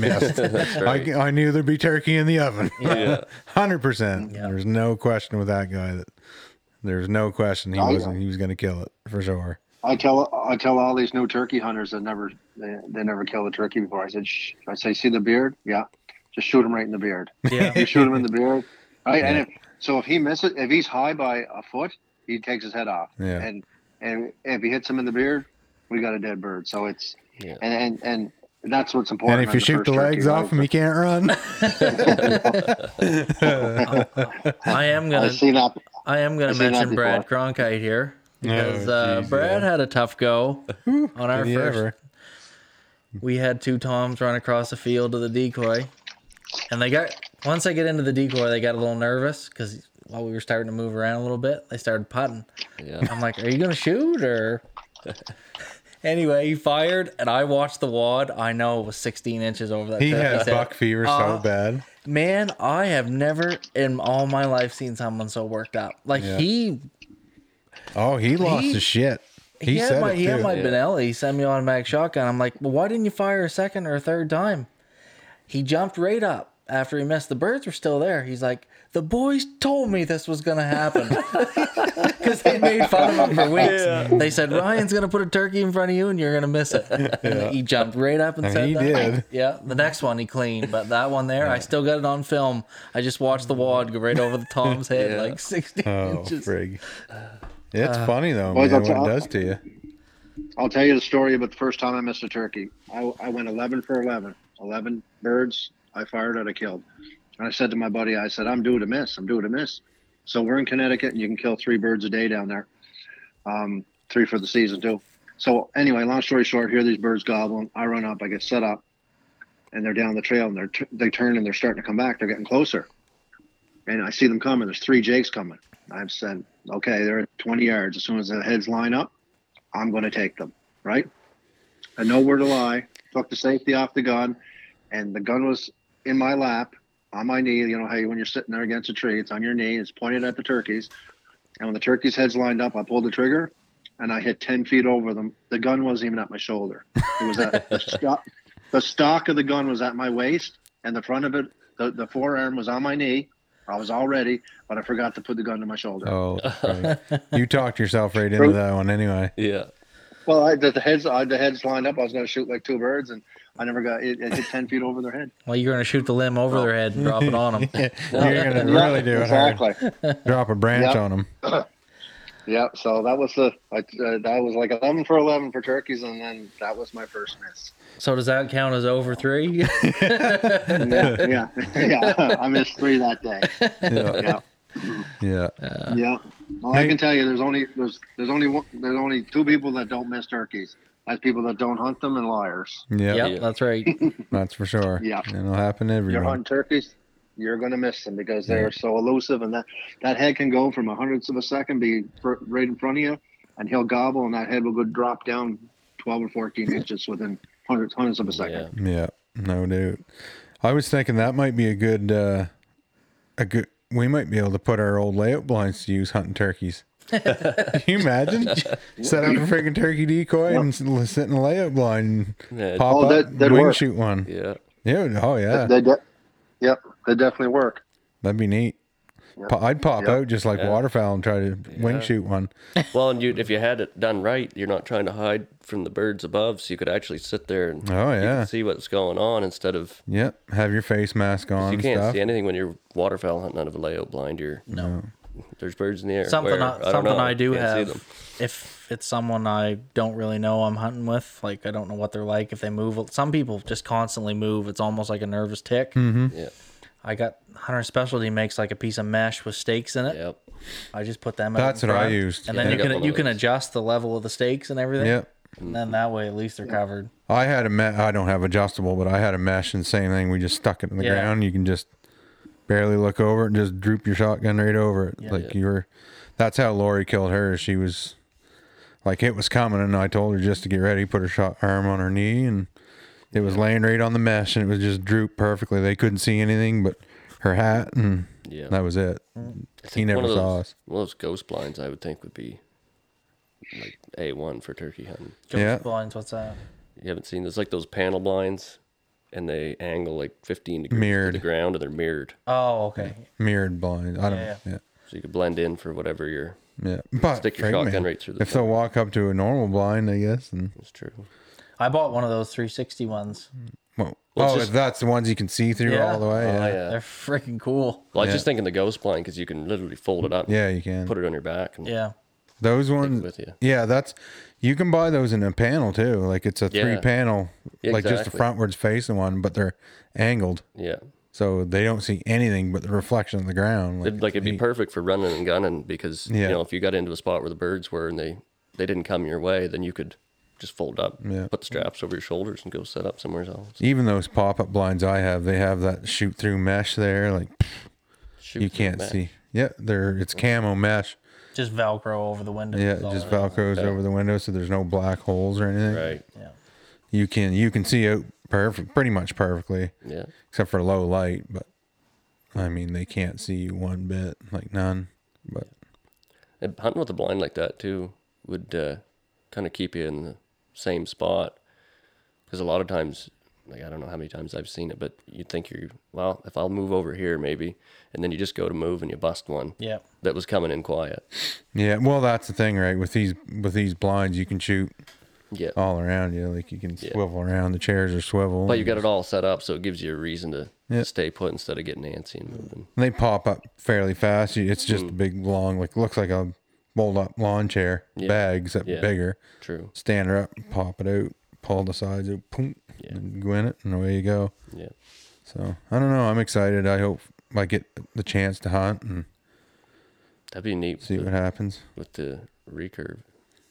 [LAUGHS]
missed. I, I knew there'd be turkey in the oven. [LAUGHS]
Yeah.
100%. There's no question with that guy that there's no question he
Oh, yeah.
wasn't he was going to kill it for sure.
I tell I tell all these new turkey hunters that never they, they never kill a turkey before. I said, Shh. I say, see the beard? Yeah, just shoot him right in the beard.
Yeah.
[LAUGHS] You shoot him in the beard, right? And if, so if he misses, if he's high by a foot, he takes his head off.
Yeah.
And and if he hits him in the beard, we got a dead bird. So it's
Yeah.
and and and that's what's important.
and if
on
you shoot
first
the
turkey,
legs off him,
right?
he can't
[LAUGHS]
run.
I am
I
going to
seen that.
I am going
I've
to
seen that
mention Brad
before.
Cronkite here because
Oh,
uh,
geez,
Brad had a
[LAUGHS]
tough go on our
Did he
first
ever?
we had two toms run across the field to the decoy and they got once they get into the decoy they got a little nervous because while we were starting to move around a little bit they started putting
Yeah.
i'm like are you gonna shoot or [LAUGHS] anyway he fired and i watched the wad i know it was 16 inches over that
He
turkey's
had
head.
buck fever
Uh,
so bad.
man i have never in all my life seen someone so worked up like
Yeah.
he
Oh, he lost his shit. He,
he, had
said
my
it
he
too.
had my
Yeah.
Benelli semi-automatic shotgun. I'm like, well, why didn't you fire a second or a third time? He jumped right up after he missed. The birds were still there. He's like, the boys told me this was gonna happen [LAUGHS] because they made fun of him
[LAUGHS]
for weeks. They said Ryan's gonna put a turkey in front of you and you're gonna
[LAUGHS]
miss it. And he jumped right up and,
And
said
he
that.
did.
Yeah, the next one he cleaned, but that one there, I still got it on film. I just watched the wad go right over the Tom's head
[LAUGHS] Yeah.
like 60
Oh,
inches. Uh,
frig. It's funny though,
boys,
man, what
that's
it
all-
does to you.
I'll tell you the story about the first time I missed a turkey. I, I went 11 for 11, 11 birds. I fired at I killed. And I said to my buddy, I said, I'm due to miss. I'm due to miss. So we're in Connecticut and you can kill three birds a day down there. Um, three for the season too. So anyway, long story short, here these birds gobbling. I run up, I get set up and they're down the trail and they're, t- they turn and they're starting to come back. They're getting closer. And I see them coming. There's three Jakes coming. I've said, okay, they're at 20 yards. As soon as the heads line up, I'm going to take them, right? I know where to lie. Took the safety off the gun, and the gun was in my lap, on my knee. You know, hey, when you're sitting there against a tree, it's on your knee. It's pointed at the turkeys, and when the turkeys' heads lined up, I pulled the trigger, and I hit ten feet over them. The gun wasn't even at my shoulder. It was at the, stock, the stock of the gun was at my waist, and the front of it, the, the forearm was on my knee. I was all ready, but I forgot to put the gun to my shoulder. [LAUGHS]
Oh, frig. you talked yourself right into that one anyway.
Yeah. [LAUGHS]
Well, I, the, the heads, I, the heads lined up. I was going to shoot like two birds, and I never got it. It hit ten feet over their head.
Well, you're gonna shoot the limb over their head and drop it on them.
[LAUGHS] You're gonna really do it hard.
exactly.
Drop a branch
Yeah.
on
[LAUGHS]
him.
Yeah. So that was the I, uh, that was like eleven for eleven for turkeys, and then that was my first miss.
So does that count as
[LAUGHS]
over three?
And Yeah, yeah, [LAUGHS] yeah. I missed three that day.
Yeah,
Yeah,
yeah.
yeah. Well, I can tell you, there's only there's there's only one, there's only two people that don't miss turkeys. That's people that don't hunt them and liars.
Yeah,
yep, that's right.
that's for sure.
Yeah.
and it'll happen to
you're
everyone.
hunting turkeys, you're going to miss them because they're so elusive, and that that head can go from a hundredths of a second be fr- right in front of you and he'll gobble, and that head will go drop down twelve or fourteen inches within hundreds hundreds of a second.
Yeah.
Yeah, no doubt. I was thinking that might be a good, uh, a good. We might be able to put our old layout blinds to use hunting
[LAUGHS]
turkeys. Can you imagine? Set up a freaking turkey decoy and s- sit in a layout blind, and
Yeah, it-
pop
Oh,
up,
that- that'd
wing
work.
shoot one. Yeah.
Yeah.
oh yeah,
They de- yep, they definitely work.
that'd be neat. Po- I'd pop
Yeah.
out just like waterfowl and try to wing shoot one.
Well, and you if you had it done right, you're not trying to hide from the birds above, so you could actually sit there and
Oh,
you
yeah.
can see what's going on instead of
Yep, have your face mask on.
you
and
can't
stuff.
see anything when you're waterfowl hunting out of a layout blind. You're [LAUGHS] no. There's birds in the air.
something
where,
I,
don't
something
know,
I do
can't see
have.
them.
If it's someone I don't really know, I'm hunting with. Like I don't know what they're like. If they move, some people just constantly move. It's almost like a nervous tick.
Hmm.
Yeah.
I got Hunter Specialty makes like a piece of mesh with stakes in it.
Yep.
I just put them.
That's
out in
what I
front,
used.
And
Yeah,
then
I
you
got one
can
of
you can
those.
adjust the level of the stakes and everything.
Yep.
And then that way, at least they're covered.
I had a me- I don't have adjustable, but I had a mesh and same thing. We just stuck it in the
Yeah.
ground. You can just barely look over it and just droop your shotgun right over it. like you were. That's how Lori killed her. She was like it was coming, and I told her just to get ready. Put her shot arm on her knee, and it was laying right on the mesh, and it was just drooped perfectly. They couldn't see anything but her hat, and
Yeah.
that was it.
Mm.
He never
one of
saw
those,
us.
One of those ghost blinds, I would think, would be like a one for turkey hunting.
Ghost
Yeah.
blinds. What's that?
You haven't seen this? Like those panel blinds, and they angle like 15 degrees to
Mirrored.
the ground, and they're mirrored,
Oh, okay.
Mirrored blind. I don't.
Yeah.
yeah.
so you could blend in for whatever you're.
Yeah, but
Stick your
frick,
shotgun
man,
right through the
if they'll walk up to a normal blind, I guess, and
It's true.
I bought one of those 360 ones.
Well,
Well,
oh,
just-
if that's the ones you can see through
Yeah.
all the way, yeah,
Oh,
yeah.
yeah.
They're freaking cool.
Well, I was just thinking the ghost blind because you can literally fold it up, and
you can.
put it on your back, and
Yeah.
Those ones,
with you.
yeah, that's you can buy those in a panel too. Like it's a
Yeah.
three panel, like just a
Exactly.
frontwards facing one, but they're angled,
yeah,
so they don't see anything but the reflection of the ground.
It'd, like it'd be perfect for running and gunning because
Yeah.
you know if you got into a spot where the birds were and they they didn't come your way, then you could just fold up,
Yeah.
put the straps over your shoulders, and go set up somewhere else.
even those pop up blinds I have, they have that shoot through mesh there. Like
Shoot
you
through the
can't
back.
see. Yeah, they're it's camo mesh.
Just Velcro over the window.
Yeah,
is all
just
it is.
velcros over the window, so there's no black holes or anything.
Right.
Yeah.
You can you can see out perfect, pretty much perfectly.
Yeah.
except for low light. But I mean, they can't see you one bit, like none. But
And hunting with a blind like that too would uh, kind of keep you in the same spot because a lot of times, like I don't know how many times I've seen it, but you think you're well, if I'll move over here maybe, and then you just go to move and you bust one
Yeah.
that was coming in quiet.
yeah, well, that's the thing, right? With these with these blinds, you can shoot
Yeah.
all around you. Like you can swivel around. The chairs are swivel.
But you got it all set up, so it gives you a reason to
Yeah.
stay put instead of getting antsy and moving.
they pop up fairly fast. You- It's just a big long, like looks like a rolled up lawn chair bag, except
Yeah.
bigger.
True.
Stand her up, pop it out, pull the sides out, boom, and go in it, and away you go.
Yeah.
So I don't know. I'm excited. I hope I get the chance to hunt and
That'd be neat
see
with,
what
the,
happens.
with the recurve.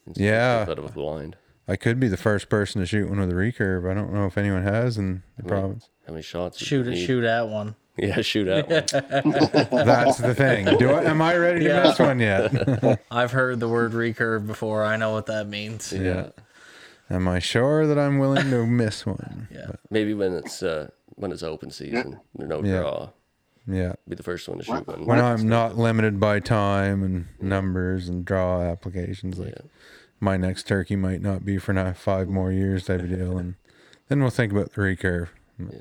instead
Yeah.
Instead of a blind.
I could be the first person to shoot one with a recurve. I don't know if anyone has in the province.
How many shots? would
Shoot
you
it.
need?
Shoot at one.
[LAUGHS] Yeah, shoot out. one.
That's the thing. Do I, am I ready to
Yeah.
miss one yet?
I've heard the word recurve before. I know what that
[LAUGHS]
means.
yeah. Am I sure that I'm willing to miss one?
Yeah.
Maybe when it's uh, when it's open season, there no
Yeah.
draw.
Yeah.
Be the first one to shoot one.
When I'm not limited by time and numbers and draw applications, like my next turkey might not be for not five more years type of deal, and then we'll think about the recurve.
yeah,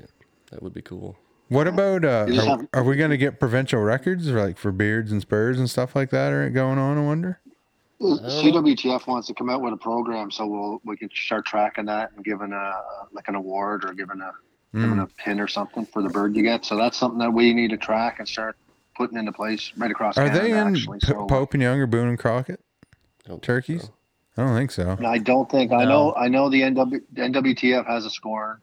that would be cool.
What about uh,
just
are,
have-
are we going to get provincial records like for beards and spurs and stuff like that? Are going on? I wonder.
CWTF wants to come out with a program, so we'll we can start tracking that and giving a like an award or giving a
Hmm.
giving a
Mm.
pin or something for the bird you get. So that's something that we need to track and start putting into place right across.
Are
Canada,
they in
actually.
P-
So-
Pope and Younger, Boone and Crockett
I don't think
turkeys?
so.
Oh.
I don't think so.
I don't think I know. I know the NW, NWTF has a scoring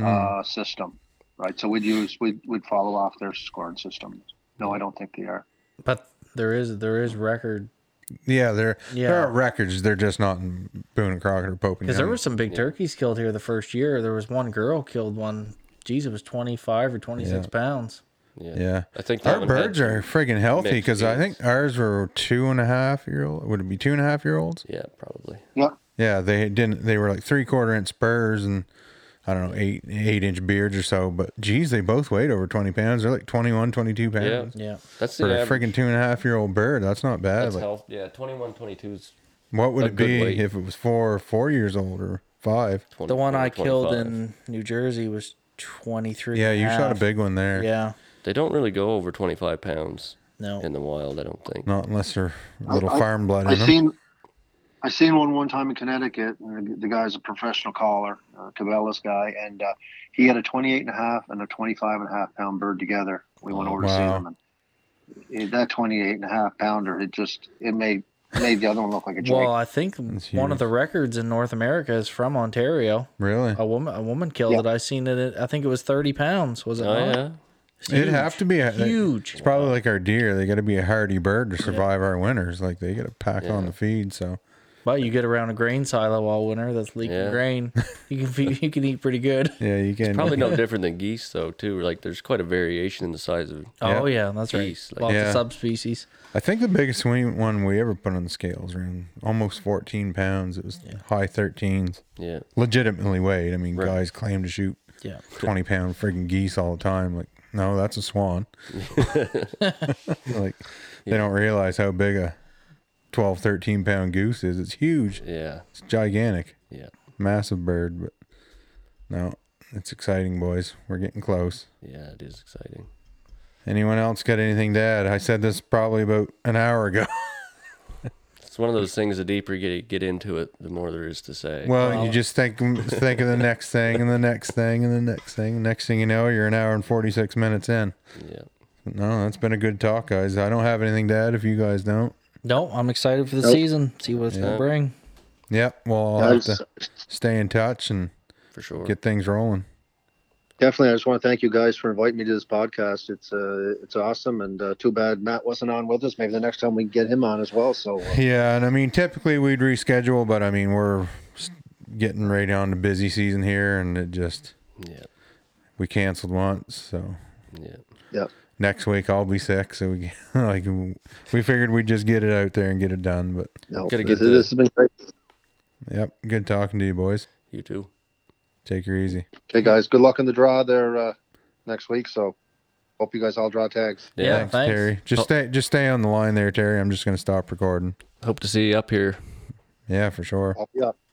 uh, system, right? So we'd use we'd we'd follow off their scoring system. No, I don't think they are.
But there is there is record
Yeah, there there
Yeah.
are records. They're just not in Boone and Crockett or Pope and Younger.
because there were some big turkeys killed here the first year. There was one girl killed one. Geez, it was twenty five or twenty six
Yeah.
pounds.
Yeah.
Yeah.
I think that
Our
one
birds
had-
are friggin' healthy
mixed
because I
genes.
think ours were two and a half year old. Would it be two and a half year olds?
Yeah, probably.
Yeah.
Yeah, they didn't. They were like three quarter inch spurs and I don't know eight eight inch beards or so. But geez, they both weighed over twenty pounds. They're like 21, 22 pounds
Yeah.
That's
for
the
a
average.
friggin' two and a half year old bird. That's not bad.
That's
like,
health. Yeah, 21, 22 is
what would
a
it
good
be
weight.
if it was four or four years old or five?
20,
The one I killed
25.
in New Jersey was 23.
Yeah, you
and
shot a
half.
big one there.
Yeah.
They don't really go over 25 pounds
No.
in the wild, I don't think.
Not unless they're a little
I- I-
farm blood
I
in them.
seen I seen one one time in Connecticut. And the, the guy's a professional caller, uh, Cabela's guy, and uh, he had a 28 and a half and a 25 and a half pound bird together. We went over to see
Wow.
them, and it- that 28 and a half pounder, it just it made made the other one look like a joke.
Well, I think one of the records in North America is from Ontario.
Really?
A woman, a woman killed
Yeah.
it. I seen it. At, I think it was 30 pounds. Was it?
Oh,
not?
yeah.
It's
It'd
huge.
have to be a,
Huge.
It's probably like our deer. They got to be a hardy bird to survive our winters. Like they got to pack on the feed. So
Well, you get around a grain silo all winter that's leaking
Yeah. [LAUGHS]
grain. You can be- you can eat
[LAUGHS]
pretty good.
yeah, you can
Probably no different than geese, though, too. Like, there's quite a variation in the size of.
Oh yeah, that's right.
Geese, like-
Lots
Yeah.
of subspecies.
I think the biggest we- one we ever put on the scales around almost 14 pounds. It was high 13s.
Yeah.
Legitimately weighed. I mean, guys claim to shoot
Yeah.
20 pound freaking geese all the time. Like, no, that's a swan. like, they don't realize how big a 12, 13 pound goose is. It's huge.
Yeah.
It's gigantic,
Yeah.
massive bird. But no, it's exciting, boys. We're getting close.
Yeah. It is exciting.
Anyone else got anything to add? I said this probably about an hour ago. [LAUGHS]
It's one of those things. The deeper you get, get into it, the more there is to say.
Well, you just think think of the next thing and the next thing and the next thing. Next thing you know, you're an hour and forty six minutes in.
yeah.
No, that's been a good talk, guys. I don't have anything to add if you guys don't.
No, I'm excited for the season. See what it's gonna bring.
Yep. Well, I'll
I
have
just-
to stay in touch and
For sure.
get things rolling.
definitely, I just want to thank you guys for inviting me to this podcast. It's uh, it's awesome, and uh, too bad Matt wasn't on with us. Maybe the next time we can get him on as well. So uh,
Yeah, and I mean, typically we'd reschedule, but I mean, we're s- getting right on to busy season here, and it just
yeah.
we canceled once, so
Yeah.
yeah,
next week I'll be sick. So we [LAUGHS] like we figured we'd just get it out there and get it done. But
no,
Gotta
this,
get the-
this has been great.
yep, good talking to you, boys.
You too.
Take her easy.
Okay, guys, good luck in the draw there uh, next week. So hope you guys all draw tags.
Yeah.
thanks,
thanks.
Terry. Just stay just stay on the line there, Terry. I'm just gonna stop recording.
Hope to see you up here.
Yeah, for sure.
I'll be up.